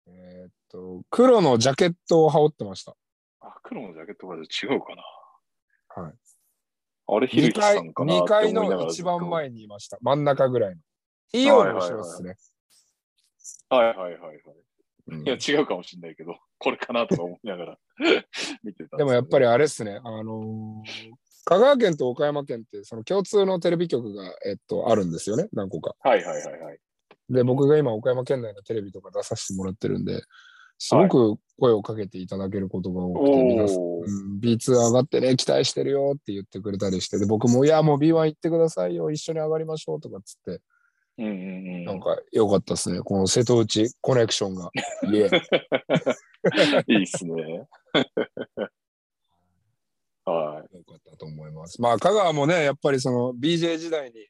Speaker 2: えーっと、黒のジャケットを羽織ってました。
Speaker 1: あ、黒のジャケットが違うかな。
Speaker 2: はい。
Speaker 1: あれ、ひる
Speaker 2: 2
Speaker 1: き
Speaker 2: 階、
Speaker 1: さんかな
Speaker 2: 2階
Speaker 1: って思いなが
Speaker 2: の
Speaker 1: ら
Speaker 2: 一番。前にいました。真ん中ぐらいの。イオンの後ろですね。
Speaker 1: はいはいはいはい。
Speaker 2: うん
Speaker 1: いや、違うかもしれないけど、これかなとか思いながら 見てたんすけど。
Speaker 2: でもやっぱ
Speaker 1: り、
Speaker 2: りあれですね、あのー香川県と岡山県ってその共通のテレビ局が、えっと、あるんですよね、何個か。
Speaker 1: はいはいはいはい。
Speaker 2: で、僕が今岡山県内のテレビとか出させてもらってるんで、すごく声をかけていただけることが多くて、皆さん、
Speaker 1: おー
Speaker 2: うん、B2 上がってね、期待してるよって言ってくれたりして、で僕も、いや、もう B1 行ってくださいよ、一緒に上がりましょうとかっつって、
Speaker 1: うんうんう
Speaker 2: なん
Speaker 1: ん。
Speaker 2: か良かったですね、この瀬戸内コネクションが。いえ、
Speaker 1: いいっすね。 はい。
Speaker 2: よかったと思います。まあ、香川もね、やっぱりその BJ 時代に、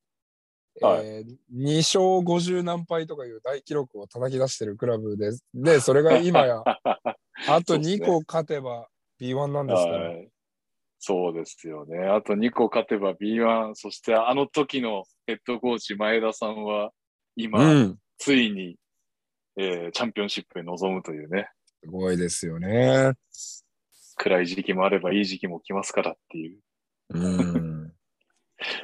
Speaker 1: は
Speaker 2: えー2勝50何敗とかいう大記録を叩き出してるクラブで、で、それが今や、あと2個勝てば B1 なんですから、
Speaker 1: はい。そうですよね。あと2個勝てば B1、そしてあの時のヘッドコーチ前田さんは、今、
Speaker 2: うん、
Speaker 1: ついに、えーチャンピオンシップに臨むというね、
Speaker 2: すごいですよね。
Speaker 1: 暗い時期もあればいい時期も来ますからっていう。
Speaker 2: うん。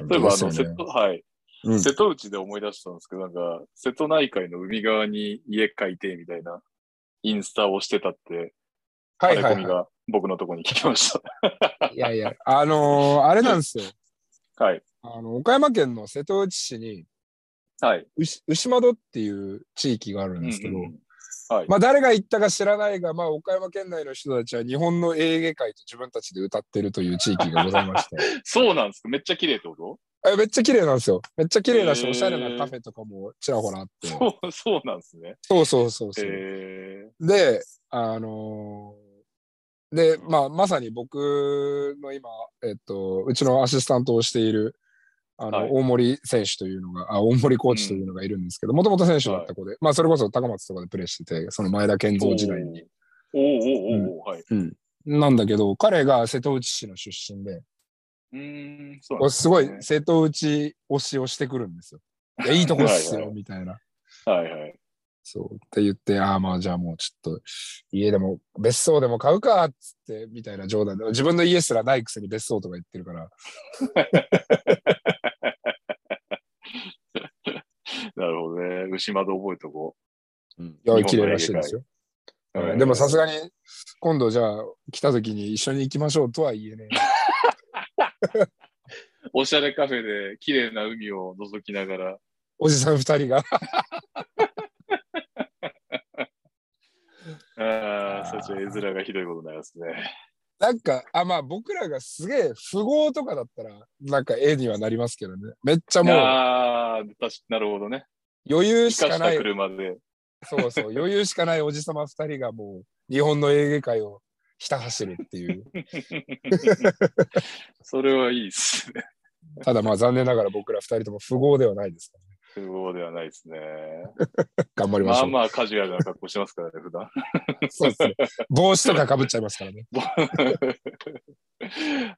Speaker 1: 例えば、あ
Speaker 2: そ
Speaker 1: の、
Speaker 2: う
Speaker 1: 瀬
Speaker 2: ですよね
Speaker 1: 戸、はい。
Speaker 2: うん
Speaker 1: 瀬戸内で思い出したんですけど、なんか、瀬戸内海の海側に家描いてみたいなインスタをしてたって、
Speaker 2: は
Speaker 1: タ
Speaker 2: いは
Speaker 1: レ
Speaker 2: い
Speaker 1: コ
Speaker 2: はい
Speaker 1: ミが僕のとこに来ました。
Speaker 2: いやいや、あのーあれなん ですよ。
Speaker 1: はい。
Speaker 2: あの、岡山県の瀬戸内市に、
Speaker 1: はい。
Speaker 2: 牛牛窓っていう地域があるんですけど、
Speaker 1: うんうんうんはい。
Speaker 2: まあ誰が言ったか知らないが、まあ岡山県内の人たちは日本のエーゲ海と自分たちで歌ってるという地域がござい まして。
Speaker 1: そうなんですかめっちゃ綺麗ってこと
Speaker 2: えめっちゃ綺麗なんですよ。めっちゃ綺麗だし、
Speaker 1: へー
Speaker 2: おしゃれなカフェとかもちらほらあって。
Speaker 1: そう、そうなんですね。
Speaker 2: そうそうそうそう。
Speaker 1: え
Speaker 2: で、あのーで、まあ、まさに僕の今、えっと、うちのアシスタントをしている、あの、
Speaker 1: はい
Speaker 2: 大森選手というのが、あ、大森コーチというのがいるんですけど、もともと選手だった子で、まあ、それこそ高松とかでプレーしてて、その前田健
Speaker 1: ー、
Speaker 2: 三時代に。
Speaker 1: おー。おーおーおーはい。
Speaker 2: なんだけど、彼が瀬戸内市の出身で、
Speaker 1: うーん、そうなん
Speaker 2: こうすごい
Speaker 1: ね
Speaker 2: 瀬戸内推しをしてくるんですよ。いや、いいとこっす
Speaker 1: はい
Speaker 2: よ
Speaker 1: は、
Speaker 2: みたいな。
Speaker 1: はいはい。
Speaker 2: そう。って言って、ああ、まあじゃあもうちょっと、家でも、別荘でも買うか、っつって、みたいな冗談で、自分の家すらないくせに別荘とか言って るから、
Speaker 1: なるほどね。牛窓覚えとこ
Speaker 2: いや、
Speaker 1: 日
Speaker 2: 綺
Speaker 1: 本の
Speaker 2: 麗らしいですよ。
Speaker 1: う。
Speaker 2: はいでもさすが
Speaker 1: に。
Speaker 2: に、今度じゃあ来た時に一緒に行きましょうとは言えね
Speaker 1: おしゃれカフェで綺麗な海を覗きながら、
Speaker 2: え。おじさん二人が。
Speaker 1: ああ、
Speaker 2: あー
Speaker 1: 社長、絵面がひどいことになりますね。
Speaker 2: なんか、あ、まあ僕らがすげえ富豪とかだったら、なんか絵にはなりますけどね。めっちゃもう
Speaker 1: ああ、確かなるほどね。
Speaker 2: 余裕し
Speaker 1: 生か
Speaker 2: か
Speaker 1: し
Speaker 2: な
Speaker 1: た
Speaker 2: い、
Speaker 1: 車で。
Speaker 2: そうそう、余裕しかないおじさま二人がもう、日本のエーゲ海をひた走るっていう。
Speaker 1: それはいいっすね。
Speaker 2: ただまあ残念ながら僕ら二人とも富豪ではないですからね。
Speaker 1: 不合ではないですね。
Speaker 2: 頑張りま
Speaker 1: ま
Speaker 2: し
Speaker 1: あ
Speaker 2: ょう。
Speaker 1: まあカジュアルな格好してますからね、普段。
Speaker 2: そうですね。帽子とかかぶっちゃいますからね。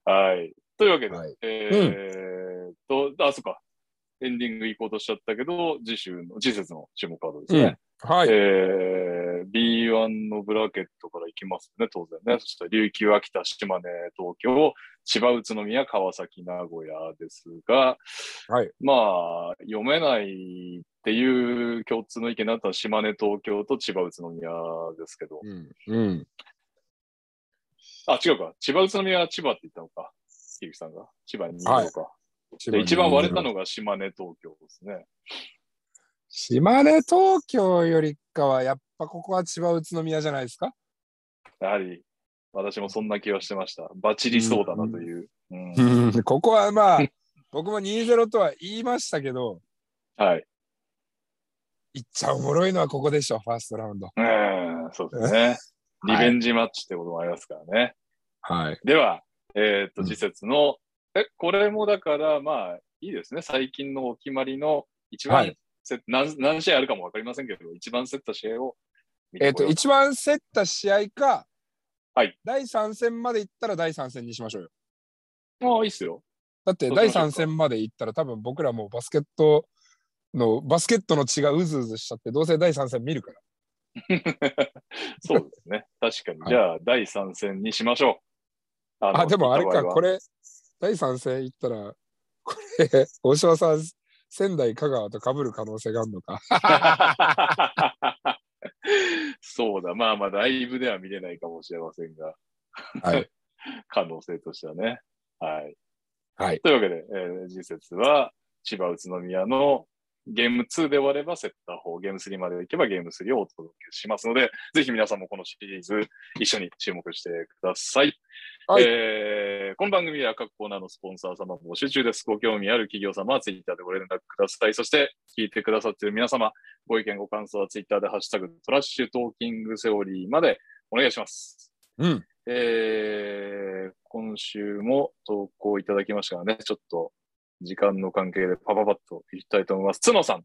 Speaker 1: はい。というわけで、
Speaker 2: はい
Speaker 1: えーっと、あ、そっか。エンディング行こうとしちゃったけど、次週の、次節の注目カードですね。
Speaker 2: はい。
Speaker 1: えー、B1 のブラケットから行きますね、当然ね。そして琉球、秋田、島根、東京、千葉、宇都宮、川崎、名古屋ですが、
Speaker 2: はい
Speaker 1: まあ、読めないっていう共通の意見だったのは島根、東京と千葉、宇都宮ですけど、
Speaker 2: うん。うん。
Speaker 1: あ、違うか。千葉、宇都宮は千葉って言ったのか。木口さんが。千葉に行
Speaker 2: はい
Speaker 1: のか。で、一番割れたのが島根、東京ですね。
Speaker 2: 島根東京よりかはやっぱここは千葉宇都宮じゃないですか
Speaker 1: やはり、私もそんな気はしてました。バチリそうだなという。うん
Speaker 2: ここはまあ僕も2-0とは言いましたけど
Speaker 1: はい。
Speaker 2: いっちゃおもろいのはここでしょファーストラウンド
Speaker 1: うん、そうです ね。リベンジマッチってこともありますからね。
Speaker 2: はい
Speaker 1: では、えーっと、
Speaker 2: うん
Speaker 1: 次節の、え、これもだから、まあ、いいですね。最近のお決まりの一番、
Speaker 2: はい
Speaker 1: せ何何試合あるかもわかりませんけど、一番競った試合を見
Speaker 2: え
Speaker 1: て
Speaker 2: っ、と
Speaker 1: こよう
Speaker 2: 一番競った試合か、
Speaker 1: はい、
Speaker 2: 第3戦までいったら第3戦にしましょうよ
Speaker 1: ああ、いいっすよ。
Speaker 2: だって
Speaker 1: そうし
Speaker 2: 第
Speaker 1: ましょうか
Speaker 2: 3戦までいったら多分僕らもうバスケットのバスケットの血がうずうずしちゃってどうせ第3戦見るから
Speaker 1: そうですね。確かに。
Speaker 2: はい
Speaker 1: じゃあ、第3戦にしましょう。あ
Speaker 2: あ、でもあれか、こ
Speaker 1: れ。
Speaker 2: れ、第3戦行ったら、これ、大島さん、仙台、香川と被る可能性があるのか。
Speaker 1: そうだ。まあまあ、ライブでは見れないかもしれませんが、
Speaker 2: はい。
Speaker 1: 可能性としてはね。はい。
Speaker 2: はい。
Speaker 1: というわけで、えー、次節は、千葉、宇都宮のゲーム2で終わればセッター4、ゲーム3までいけばゲーム3をお届けしますので、ぜひ皆さんもこのシリーズ一緒に注目してください。
Speaker 2: はい
Speaker 1: えーこの番組は各コーナーのスポンサー様募集中です。ご興味ある企業様はツイッターでご連絡ください。そして、聞いてくださっている皆様、ご意見、ご感想はツイッターでハッシュタグトラッシュトーキングセオリーまでお願いします。
Speaker 2: うん。
Speaker 1: えー今週も投稿いただきましたがね、ちょっと時間の関係でパパパッといきたいと思います。角さん。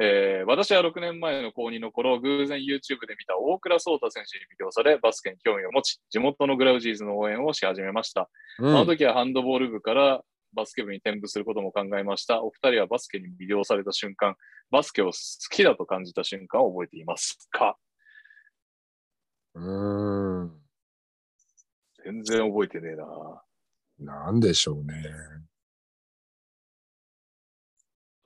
Speaker 1: えー私は6年前の高2の頃、偶然 YouTube で見た大倉颯太選手に魅了され、バスケに興味を持ち、地元のグラウジーズの応援をし始めました。
Speaker 2: う
Speaker 1: あの
Speaker 2: ん、
Speaker 1: 時はハンドボール部からバスケ部に転部することも考えました。お二人はバスケに魅了された瞬間、バスケを好きだと感じた瞬間を覚えていますか
Speaker 2: うーん。
Speaker 1: 全然覚えてねえな
Speaker 2: なんでしょうね。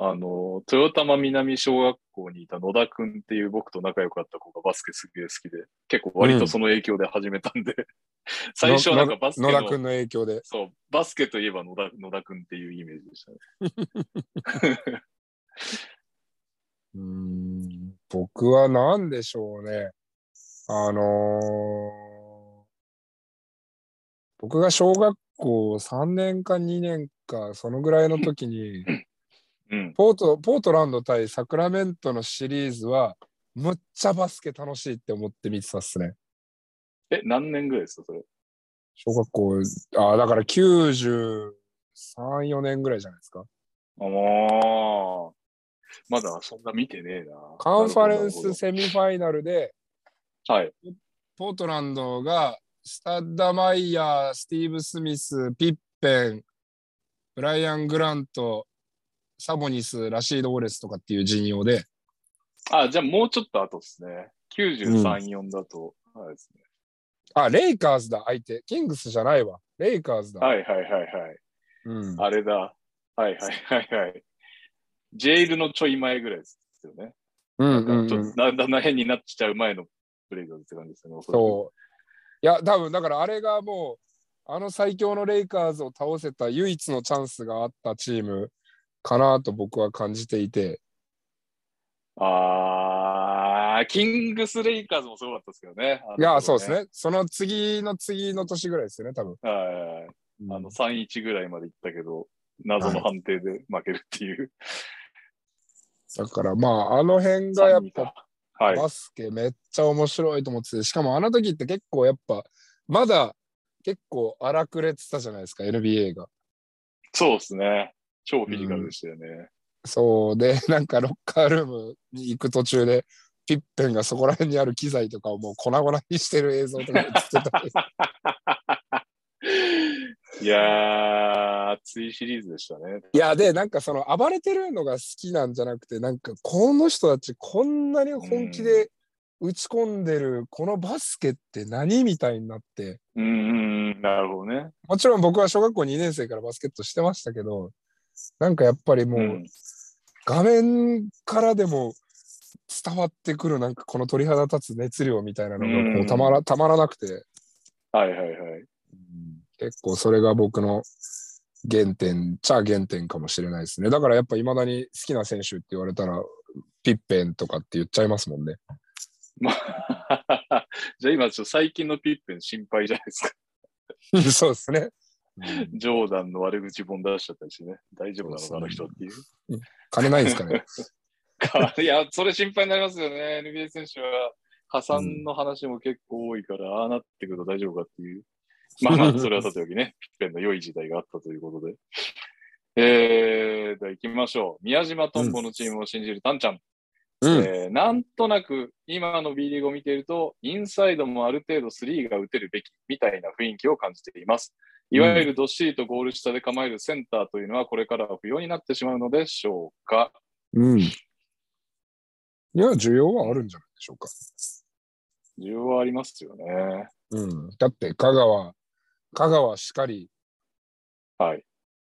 Speaker 1: あの、豊玉南小学校にいた野田くんっていう僕と仲良かった子がバスケすげえ好きで、結構割とその影響で始めたんで、 最初はなんかバスケ
Speaker 2: 野田君
Speaker 1: の、
Speaker 2: の影響で。
Speaker 1: そう、バスケといえば野田野田くんっていうイメージでしたね。
Speaker 2: うーん。僕はなんでしょうね。あのー僕が小学校3年か2年か、そのぐらいの時に、
Speaker 1: うん。
Speaker 2: ポート、ポートランド対サクラメントのシリーズは、むっちゃバスケ楽しいって思って見てたっすね。
Speaker 1: え、何年ぐらいですか、それ。
Speaker 2: 小学校、ああ、だから93、4年ぐらいじゃないですか。
Speaker 1: ああ。まだそんな見てねえな。
Speaker 2: カンファレン
Speaker 1: なるほど
Speaker 2: スセミファイナルで、
Speaker 1: なる
Speaker 2: ポートランドが、スタッダマイヤー、スティーブ・スミス、ピッペン、ブライアン・グラント、サボニス、ラシード・オレスとかっていう陣容で、
Speaker 1: ほどはい。あ、じゃあもうちょっと後ですね。93、4だと、あれですね。
Speaker 2: あ、レイカーズだ、相手。キングスじゃないわ。レイカーズだ。
Speaker 1: はいはいはいはい。
Speaker 2: うん。
Speaker 1: あれだ。はいはいはいはい。ジェイルのちょい前ぐらいですよね。
Speaker 2: うん
Speaker 1: なん
Speaker 2: う
Speaker 1: か
Speaker 2: ん
Speaker 1: ち
Speaker 2: う
Speaker 1: ょ
Speaker 2: ん
Speaker 1: っとだんだん変になっちゃう前のブレイザーズって感じですよね。おそらく
Speaker 2: そう。いや、多分だからあれがもう、あの最強のレイカーズを倒せた唯一のチャンスがあったチームかなと僕は感じていて、
Speaker 1: あー、キングス・レイカーズもすごかったですけどね。あの
Speaker 2: いや、そうです
Speaker 1: ね。
Speaker 2: ね、その次の次の年ぐらいですよね、多分
Speaker 1: はい。あの、3-1ぐらいまで行ったけど、謎の判定で負けるっていう。
Speaker 2: だからまあ、あの辺がやっぱ
Speaker 1: ぱ。はい。
Speaker 2: バスケめっちゃ面白いと思ってて、しかもあの時って結構やっぱ、まだ結構荒くれてたじゃないですか、NBA が。
Speaker 1: そうですね。超フィジカルでしたよね。
Speaker 2: そうで、 なんかロッカールームに行く途中で、ピッペンがそこら辺にある機材とかをもう粉々にしてる 映像とか映ってたり
Speaker 1: いやー、熱いシリーズでしたね。
Speaker 2: いや、で、なんかその暴れてるのが好きなんじゃなくて、なんかこの人たちこんなに本気で打ち込んでる、このバスケって何みたいになって、
Speaker 1: うんうんうん、なるほどね。
Speaker 2: もちろん僕は小学校2年生からバスケットしてましたけど、なんかやっぱりもう、
Speaker 1: ん、
Speaker 2: 画面からでも伝わってくるなんかこの鳥肌立つ熱量みたいなのがこ
Speaker 1: うん
Speaker 2: うたまらたまらなくて
Speaker 1: はいはいはい。
Speaker 2: 結構それが僕の原点ちゃ原点かもしれないですねだからやっぱいまだに好きな選手って言われたらピッペンとかって言っちゃいますも んね
Speaker 1: まあ、 じゃあ今ちょっと最近のピッペン心配じゃないですか。
Speaker 2: そうですね
Speaker 1: ジョーダンの悪口本出しちゃったりしてね。大丈夫なのか、あの人っていう。
Speaker 2: 金ないです かね
Speaker 1: いや、それ心配になりますよね。NBA 選手は破産の話も結構多いから、ああなってくると大丈夫かっていう。まあまあ、それはさておきね、ピッペンの良い時代があったということで。えー、では行きましょう。宮島トンボのチームを信じるタンちゃん。
Speaker 2: うん
Speaker 1: えーなんとなく今の B リーグを見ていると、インサイドもある程度スリーが打てるべきみたいな雰囲気を感じています。いわゆるどっしりとゴール下で構えるセンターというのはこれからは不要になってしまうのでしょうか。
Speaker 2: うんいや需要はあるんじゃないでしょうか
Speaker 1: 需要はありますよね。
Speaker 2: うんだって香川香川しかり
Speaker 1: はい。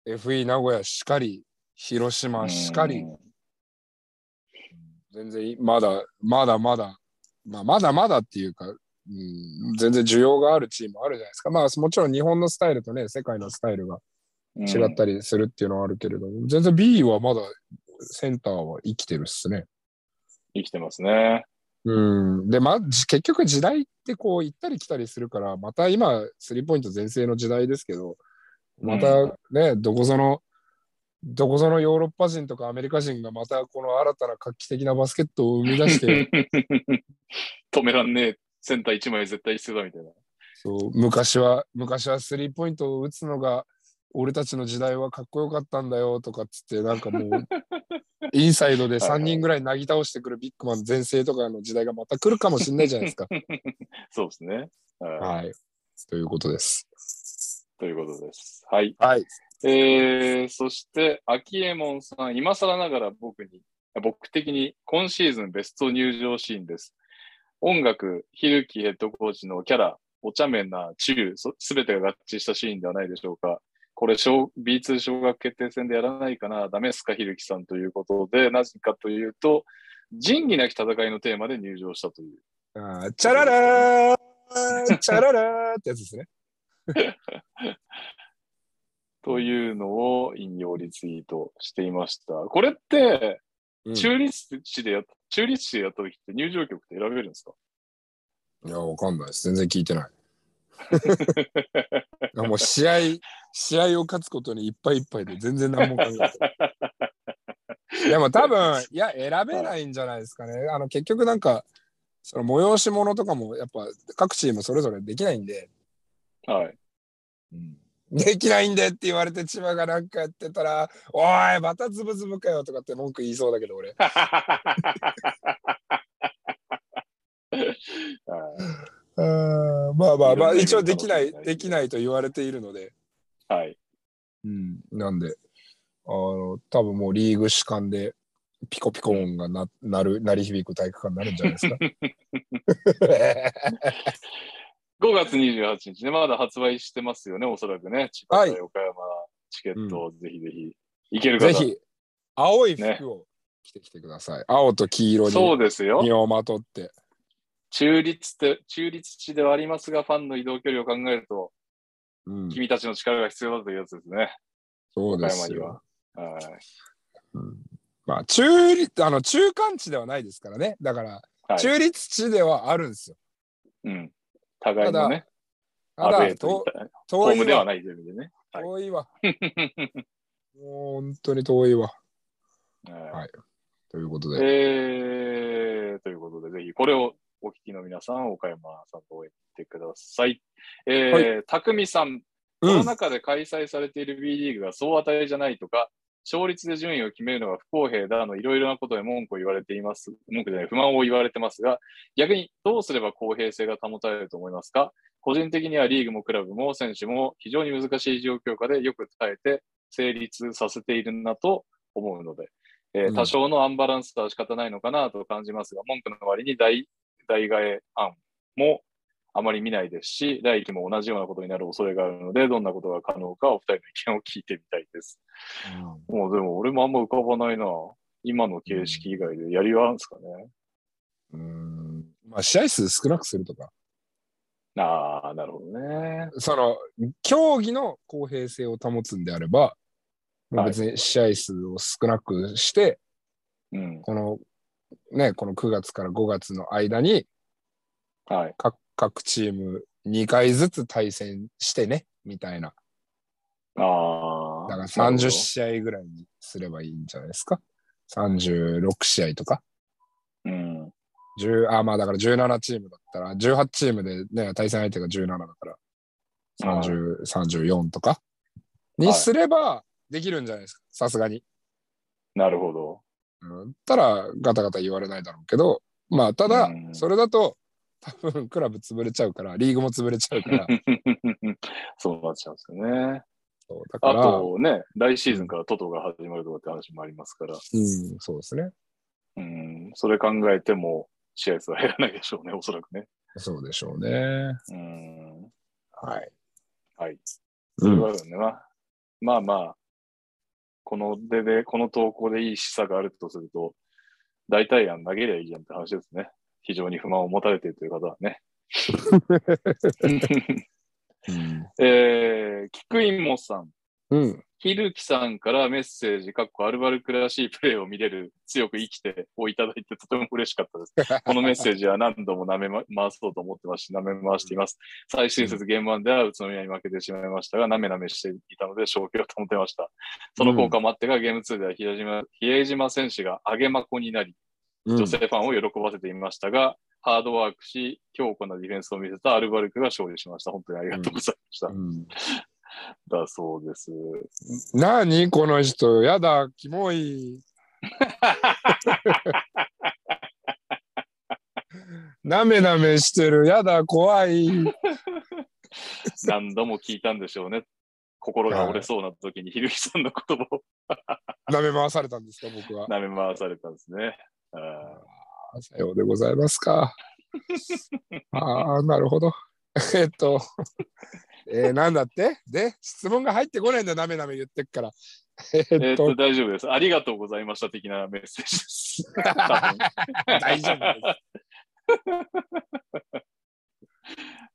Speaker 2: FE 名古屋しかり、広島しかり、
Speaker 1: うん
Speaker 2: 全然いまだまだまだ、まあ、まだまだっていうか、うん、全然需要があるチームあるじゃないですか。まあもちろん日本のスタイルとね、世界のスタイルが違ったりするっていうのはあるけれども、全然 B はまだセンターは生きてるっすね。
Speaker 1: 生きてますね。
Speaker 2: うん、で、まあ、じ結局時代ってこう行ったり来たりするから、また今、スリーポイント全盛の時代ですけど、またね、どこぞの、どこぞのヨーロッパ人とかアメリカ人がまたこの新たな画期的なバスケットを生み出し て、
Speaker 1: 止めらんねえ。センター1枚絶対必要だみたいな。
Speaker 2: そう昔は、昔はスリーポイントを打つのが、俺たちの時代はかっこよかったんだよとかっつって、なんかもう、 インサイドで
Speaker 1: はいは
Speaker 2: 3
Speaker 1: い
Speaker 2: 人ぐらいなぎ倒してくるビッグマン全盛とかの時代がまた来るかもしれないじゃな いですか。
Speaker 1: そうですね。はい
Speaker 2: はい。ということです。
Speaker 1: ということです。はい。
Speaker 2: はい。
Speaker 1: えー、そして、秋右衛門さん、今更ながら僕に、僕的に今シーズンベスト入場シーンです。音楽、ひるきヘッドコーチのキャラ、お茶目な中、すべてが合致したシーンではないでしょうか。これ小、B2 小学決定戦でやらないかな、ダメですか、ひるきさんということで、なぜかというと、仁義なき戦いのテーマで入場したという。
Speaker 2: あーチャララーチャララーってやつですね。
Speaker 1: というのを引用リツイートしていました。これって、
Speaker 2: うん
Speaker 1: 中立地でやった、中立地でやった時って入場曲って選べるんですか
Speaker 2: いや、わかんないです。全然聞いてない。もう試合、試合を勝つことにいっぱいいっぱいで全然何も考えてない。でも多分、いや、選べないんじゃないですかね。あの、結局なんか、その催し物とかもやっぱ各チームそれぞれできないんで、
Speaker 1: はい。
Speaker 2: できないんでって言われて千葉がなんかやってたら、おい、またズブズブかよとかって文句言いそうだけど俺。うーんまあまあまあ、一応できない、できないと言われているので。
Speaker 1: はい。
Speaker 2: うん、なんで、あの、多分もうリーグ主観でピコピコ音がななる、鳴り響く体育館になるんじゃないですか。
Speaker 1: 5月28日ね、まだ発売してますよね、おそらくね。千葉
Speaker 2: は
Speaker 1: 対
Speaker 2: い
Speaker 1: 岡山チケット、ぜひぜひ。いける方
Speaker 2: ぜひ、青い服を着てきてください。青と黄色
Speaker 1: そ
Speaker 2: に
Speaker 1: うですよ
Speaker 2: 身。をまとって。
Speaker 1: 中立って、中立地ではありますが、ファンの移動距離を考えると、
Speaker 2: うん、
Speaker 1: 君たちの力が必要だというやつですね。
Speaker 2: そうです
Speaker 1: 岡山には
Speaker 2: よ。
Speaker 1: はい。
Speaker 2: うんまあ、中立、あの、中間地ではないですからね。だから、
Speaker 1: はい
Speaker 2: 中立地ではあるんですよ。
Speaker 1: うん。互いのね、
Speaker 2: た
Speaker 1: アウェ
Speaker 2: だ、
Speaker 1: イと
Speaker 2: と
Speaker 1: いったホ
Speaker 2: 遠
Speaker 1: ーム
Speaker 2: い
Speaker 1: では
Speaker 2: わ。
Speaker 1: ないという意味でね。はい
Speaker 2: 遠い わ。もう本当に遠いわ。
Speaker 1: はい
Speaker 2: はいということで。
Speaker 1: えー、ということで、ぜひこれをお聞きの皆さん、岡山さんと応援してください。えー
Speaker 2: は
Speaker 1: たくみさん、コ
Speaker 2: う
Speaker 1: ロ
Speaker 2: ん、
Speaker 1: ナ禍で開催されている B リーグが総当たりじゃないとか、勝率で順位を決めるのが不公平だの、いろいろなことで文句を言われています、文句じゃない、不満を言われてますが、逆にどうすれば公平性が保たれると思いますか個人的にはリーグもクラブも選手も非常に難しい状況下でよく耐えて、成立させているなと思うので、えー
Speaker 2: うん
Speaker 1: 多少のアンバランスは仕方ないのかなと感じますが、文句の割に代代替え案もあまり見ないですし、来期も同じようなことになる恐れがあるので、どんなことが可能かお二人の意見を聞いてみたいです。もうでも俺もあんま浮かばないな。今の形式以外でやりはあるんですかね。
Speaker 2: うん。まあ、試合数少なくするとか、
Speaker 1: ああ、なるほどね。
Speaker 2: その、競技の公平性を保つんであれば、まあ
Speaker 1: はい
Speaker 2: 別に試合数を少なくして、
Speaker 1: うん。
Speaker 2: この、ね、この9月から5月の間に、
Speaker 1: はい。
Speaker 2: 各各チーム2回ずつ対戦してね、みたいな。
Speaker 1: ああ。
Speaker 2: だから
Speaker 1: なる
Speaker 2: 30
Speaker 1: ほど
Speaker 2: 試合ぐらいにすればいいんじゃないですか。36試合とか。
Speaker 1: うん。
Speaker 2: 10あ、まあだから17チームだったら、18チームでね、対戦相手が17だから、30 34とかにすればできるんじゃないですか。さすがに。
Speaker 1: なるほど。
Speaker 2: うん、たらガタガタ言われないだろうけど、まあただ
Speaker 1: う、ん
Speaker 2: それだと、多分クラブ潰れちゃうから、リーグも潰れちゃ うから、
Speaker 1: そうなっちゃうんですよね。
Speaker 2: そうだか
Speaker 1: あ
Speaker 2: ら、
Speaker 1: とね、来シーズンからトトが始まるとかって話もありますから、
Speaker 2: うん、そうですね。
Speaker 1: うん、それ考えても試合数は減らないでしょうね、おそらくね。
Speaker 2: そうでしょうね。
Speaker 1: うん。
Speaker 2: はい。
Speaker 1: はい。
Speaker 2: う
Speaker 1: それ
Speaker 2: ん
Speaker 1: はあるよね。まあまあ、この出で、この投稿でいい示唆があるとすると、代替案投げりゃいいじゃんって話ですね。非常に不満を持たれているという方は ね。
Speaker 2: うん。
Speaker 1: えー、菊井もさん。
Speaker 2: うん。
Speaker 1: ひるきさんからメッセージ、かっこアルバルクらしいプレーを見れる、強く生きてをいただいてとても嬉しかった です。このメッセージは何度も舐め、ま、回そうと思ってますし、舐め回しています。最終節現場では宇都宮に負けてしまいましたが、舐め舐めしていたので消去を保てました。その効果もあってか、ゲーム2では比江島比江島選手が上げまこになり、女性ファンを喜ばせていましたが、ハードワークし、強固なディフェンスを見せたアルバルクが勝利しました。本当にありがとうございました。
Speaker 2: うん
Speaker 1: だそうです。
Speaker 2: 何この人、やだ、キモい。なめなめしてる、やだ、怖い。
Speaker 1: 何度も聞いたんでしょうね。心が折れそうな時に、ひるきさんの言葉を
Speaker 2: なめ回されたんですか、僕は。
Speaker 1: 舐め回されたんですね。あ
Speaker 2: さようでございますか。ああ、なるほど。えっと、えー、なんだってで、質問が入ってこないんだ、なめなめ言ってっから。
Speaker 1: ーえ
Speaker 2: え
Speaker 1: ー
Speaker 2: っ
Speaker 1: っと、
Speaker 2: と、
Speaker 1: 大丈夫です。ありがとうございました的なメッセージです。
Speaker 2: 大丈夫で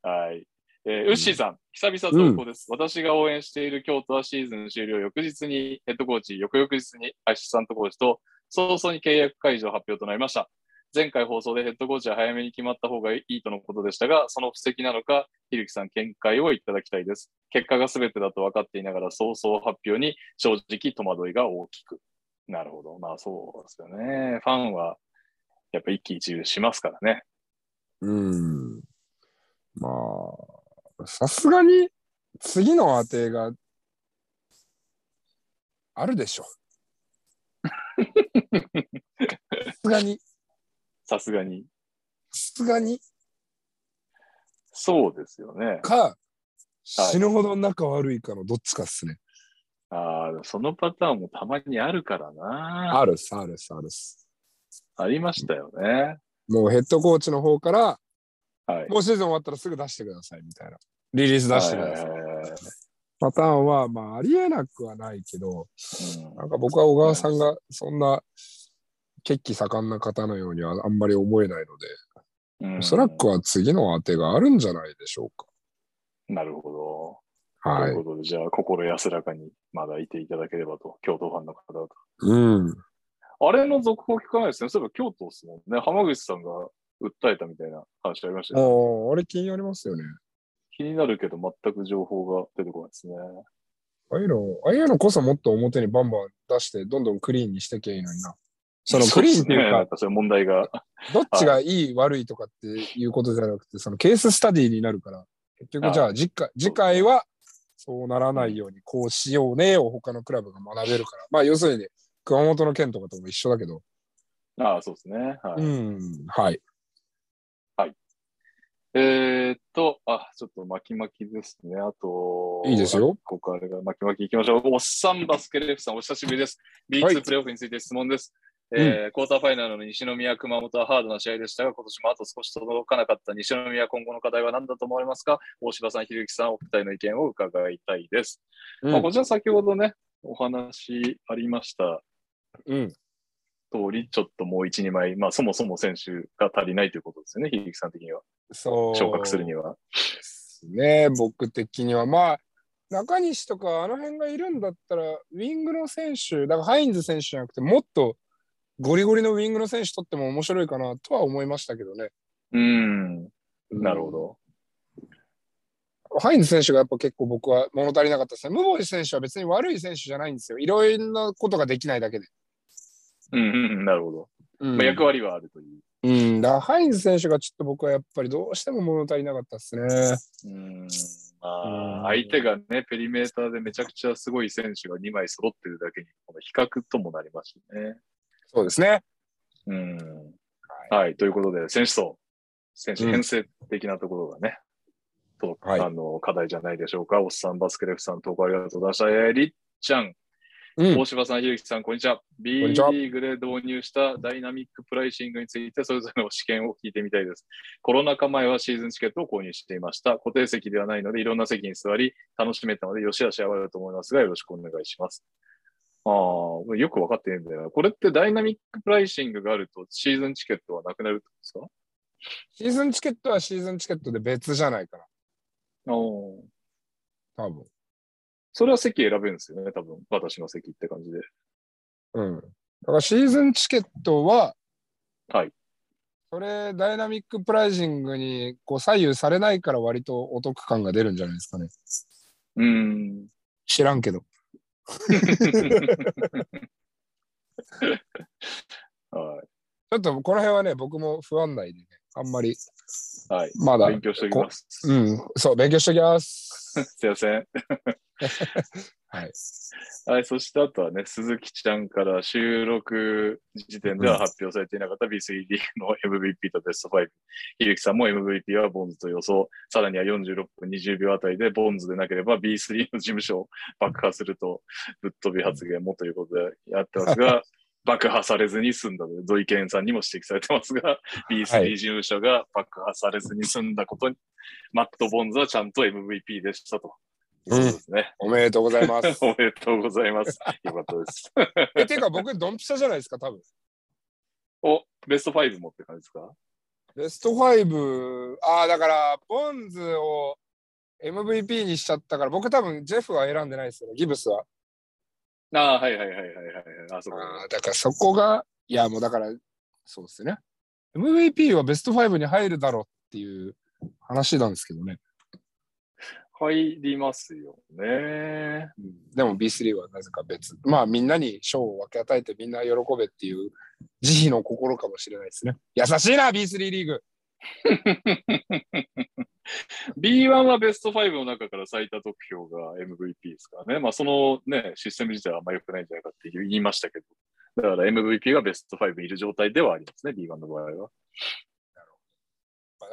Speaker 1: はい。えーウッシーさん、久々投稿です、私が応援している京都はシーズン終了翌日にヘッドコーチ、翌々日にアシスタントコーチと早々に契約解除発表となりました。前回放送でヘッドコーチは早めに決まった方がいいとのことでしたが、その布石なのか、ひるきさん見解をいただきたいです。結果が全てだと分かっていながら早々発表に正直戸惑いが大きく。なるほど。まあそうですよね。ファンはやっぱ一喜一憂しますからね。
Speaker 2: す。うん。まあ、さすがに次の当てがあるでしょ。さすがに、
Speaker 1: さすがに。
Speaker 2: さすがに
Speaker 1: そうですよね。
Speaker 2: か、死ぬほど仲悪いかのどっちかっすね。
Speaker 1: ああ、そのパターンもたまにあるからな。
Speaker 2: あるっす、あるっす、あるっす。
Speaker 1: ありましたよね。
Speaker 2: もうヘッドコーチの方から、
Speaker 1: はい。
Speaker 2: もうシーズン終わったらすぐ出してくださいみたいな。リリース出してください。パターンは、まあ、ありえなくはないけど、
Speaker 1: うん
Speaker 2: なんか僕は小川さんがそんな血気盛んな方のようにはあんまり思えないので、
Speaker 1: うん
Speaker 2: おそらくは次の当てがあるんじゃないでしょう
Speaker 1: なるほ
Speaker 2: か。
Speaker 1: ど。
Speaker 2: は
Speaker 1: とい
Speaker 2: い。
Speaker 1: うことで、じゃあ、心安らかにまだいていただければと、京都ファンの方と。
Speaker 2: うん。
Speaker 1: あれの続報聞かないですね。そういえば京都ですもんね。浜口さんが訴えたみたいな話ありましたよね。
Speaker 2: もう、あれ気になりますよね。
Speaker 1: 気になるけど、全く情報が出てこないですね。
Speaker 2: ああいうの、ああいうのこそもっと表にバンバン出して、どんどんクリーンにしてきゃいいのにな。そのクリーンって
Speaker 1: そです
Speaker 2: いうか
Speaker 1: ねなん、かそういう問題が。
Speaker 2: どっちがいい悪いとかっていうことじゃなくて、そのケーススタディになるから、結局じゃあ次回、次回はそうならないようにこうしようねを他のクラブが学べるから、まあ要するに熊本の件とかとも一緒だけど、
Speaker 1: ああ、そうですね。はい。
Speaker 2: うん、はい。
Speaker 1: えーっと、あ、ちょっと巻き巻きですね。あと、
Speaker 2: いいですよ。
Speaker 1: ここあれが巻き巻き行きましょう。おっさんバスケレフさん、お久しぶりです。
Speaker 2: は
Speaker 1: B2
Speaker 2: い
Speaker 1: プレーオフについて質問です。えークォーターファイナルの西宮、熊本はハードな試合でしたが、今年もあと少し届かなかった西宮、今後の課題は何だと思われますか大柴さん、ひるきさん、お二人の意見を伺いたいです。
Speaker 2: うん
Speaker 1: まあ、こちら先ほどね、お話ありました
Speaker 2: うん。
Speaker 1: 通り、ちょっともう一、二枚、まあ、そもそも選手が足りないということですよね、ひるきさん的には。
Speaker 2: そう。
Speaker 1: 昇格するには。
Speaker 2: ですね、僕的には。まあ、中西とかあの辺がいるんだったら、ウィングの選手、だからハインズ選手じゃなくて、もっとゴリゴリのウィングの選手取っても面白いかなとは思いましたけどね。
Speaker 1: うん、なるほど。
Speaker 2: ハインズ選手がやっぱ結構僕は物足りなかったですね。ムボイ選手は別に悪い選手じゃないんですよ。いろいろなことができないだけで。
Speaker 1: うん、うん、なるほど。
Speaker 2: うん
Speaker 1: まあ、役割はあるという。
Speaker 2: うん、だからハインズ選手がちょっと僕はやっぱりどうしても物足りなかったですね。
Speaker 1: うんま
Speaker 2: う
Speaker 1: あ、
Speaker 2: ん
Speaker 1: 相手がね、ペリメーターでめちゃくちゃすごい選手が2枚揃ってるだけに、この比較ともなりますしね。
Speaker 2: そうですね。
Speaker 1: うん。はい、ということで、選手層、選手
Speaker 2: うん
Speaker 1: 編成的なところがね、と
Speaker 2: はい
Speaker 1: あの課題じゃないでしょうか。おっさん、バスケレフさん、投稿ありがとうございました。えーりっちゃん、
Speaker 2: うん
Speaker 1: 大、柴さん、ひるきさん、こんにちは。B
Speaker 2: こん
Speaker 1: リ
Speaker 2: にちは
Speaker 1: ーグで導入したダイナミックプライシングについて、それぞれの試験を聞いてみたいです。コロナ禍前はシーズンチケットを購入していました。固定席ではないので、いろんな席に座り、楽しめたので、よしあしあわれると思いますが、よろしくお願いします。ああ、よくわかってるんだよな。これってダイナミックプライシングがあると、シーズンチケットはなくなるってことで
Speaker 2: シーズンチケットはシーズンチケットで別じゃないか
Speaker 1: すかああ。
Speaker 2: な。多分。
Speaker 1: それは席選べるんですよね、多分。私の席って感じで。
Speaker 2: うん。だからシーズンチケットは、
Speaker 1: はい。
Speaker 2: それ、ダイナミックプライジングにこう左右されないから割とお得感が出るんじゃないですかね。
Speaker 1: うー ん。
Speaker 2: 知らんけど。
Speaker 1: は
Speaker 2: ちょっとこの辺はね、僕も不安内でね、あんまり、
Speaker 1: い。はい。
Speaker 2: まだ、
Speaker 1: 勉強しておきます。
Speaker 2: うん、そう、勉強しておき ます。
Speaker 1: すいません。
Speaker 2: はい。
Speaker 1: はい、そしてあとはね、鈴木ちゃんから収録時点では発表されていなかった B3D の MVP とベスト5。ひるきさんも MVP はボンズと予想。さらには46分20秒あたりでボンズでなければ B3 の事務所を爆破するとぶっ飛び発言もということでやってますが、爆破されずに済んだという、土井健さんにも指摘されてますが、B3 事務所が爆破されずに済んだことに、マット・ボンズはちゃんと MVP でしたと。
Speaker 2: う
Speaker 1: そ
Speaker 2: ん
Speaker 1: うですね。
Speaker 2: おめでとうございます。
Speaker 1: おめでとうございます。よかったです。
Speaker 2: え、てか僕、ドンピシャじゃないですか、多分。
Speaker 1: お、ベスト5もって感じですか
Speaker 2: ベスト5、ああ、だから、ボンズを MVP にしちゃったから、僕多分、ジェフは選んでないですよね、ギブスは。
Speaker 1: ああー、はいはいはいはいはいはい。あ、そう
Speaker 2: あ
Speaker 1: か
Speaker 2: あ、だからそこが、いや、もうだから、そうですね。MVP はベスト5に入るだろうっていう話なんですけどね。
Speaker 1: 入りますよね。
Speaker 2: でも B3 はなぜか別。まあみんなに賞を分け与えてみんな喜べっていう慈悲の心かもしれないですね。優しいな、B3 リーグ。
Speaker 1: B1 はベスト5の中から最多得票が MVP ですからね。まあ、そのね、システム自体はあんま良くないんじゃないかって言いましたけど。だから MVP がベスト5いる状態ではありますね、B1 の場合は。
Speaker 2: まあ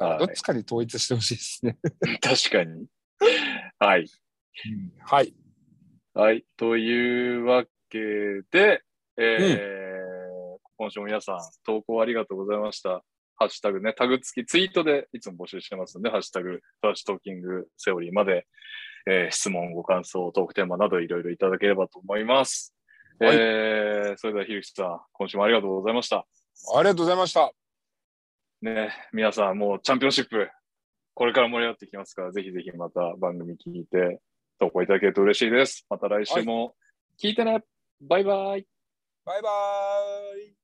Speaker 1: はい
Speaker 2: どっちかに統一してほしいですね。
Speaker 1: 確かに。 はい。
Speaker 2: はい。
Speaker 1: はい。というわけで、えー今週も皆さん、投稿ありがとうございました。ハッシュタグね、タグ付きツイートでいつも募集してますので、ハッシュタグ、トラッシュトーキングセオリーまで、えー質問、ご感想、トークテーマなどいろいろいただければと思います。
Speaker 2: はい
Speaker 1: えーそれでは、ひるきさん、今週もありがとうございました。
Speaker 2: ありがとうございました。
Speaker 1: ね、皆さん、もうチャンピオンシップ、これから盛り上がってきますから、ぜひぜひまた番組聞いて、投稿いただけると嬉しいです。また来週も、聞いてねバイバイ
Speaker 2: バイバーイ。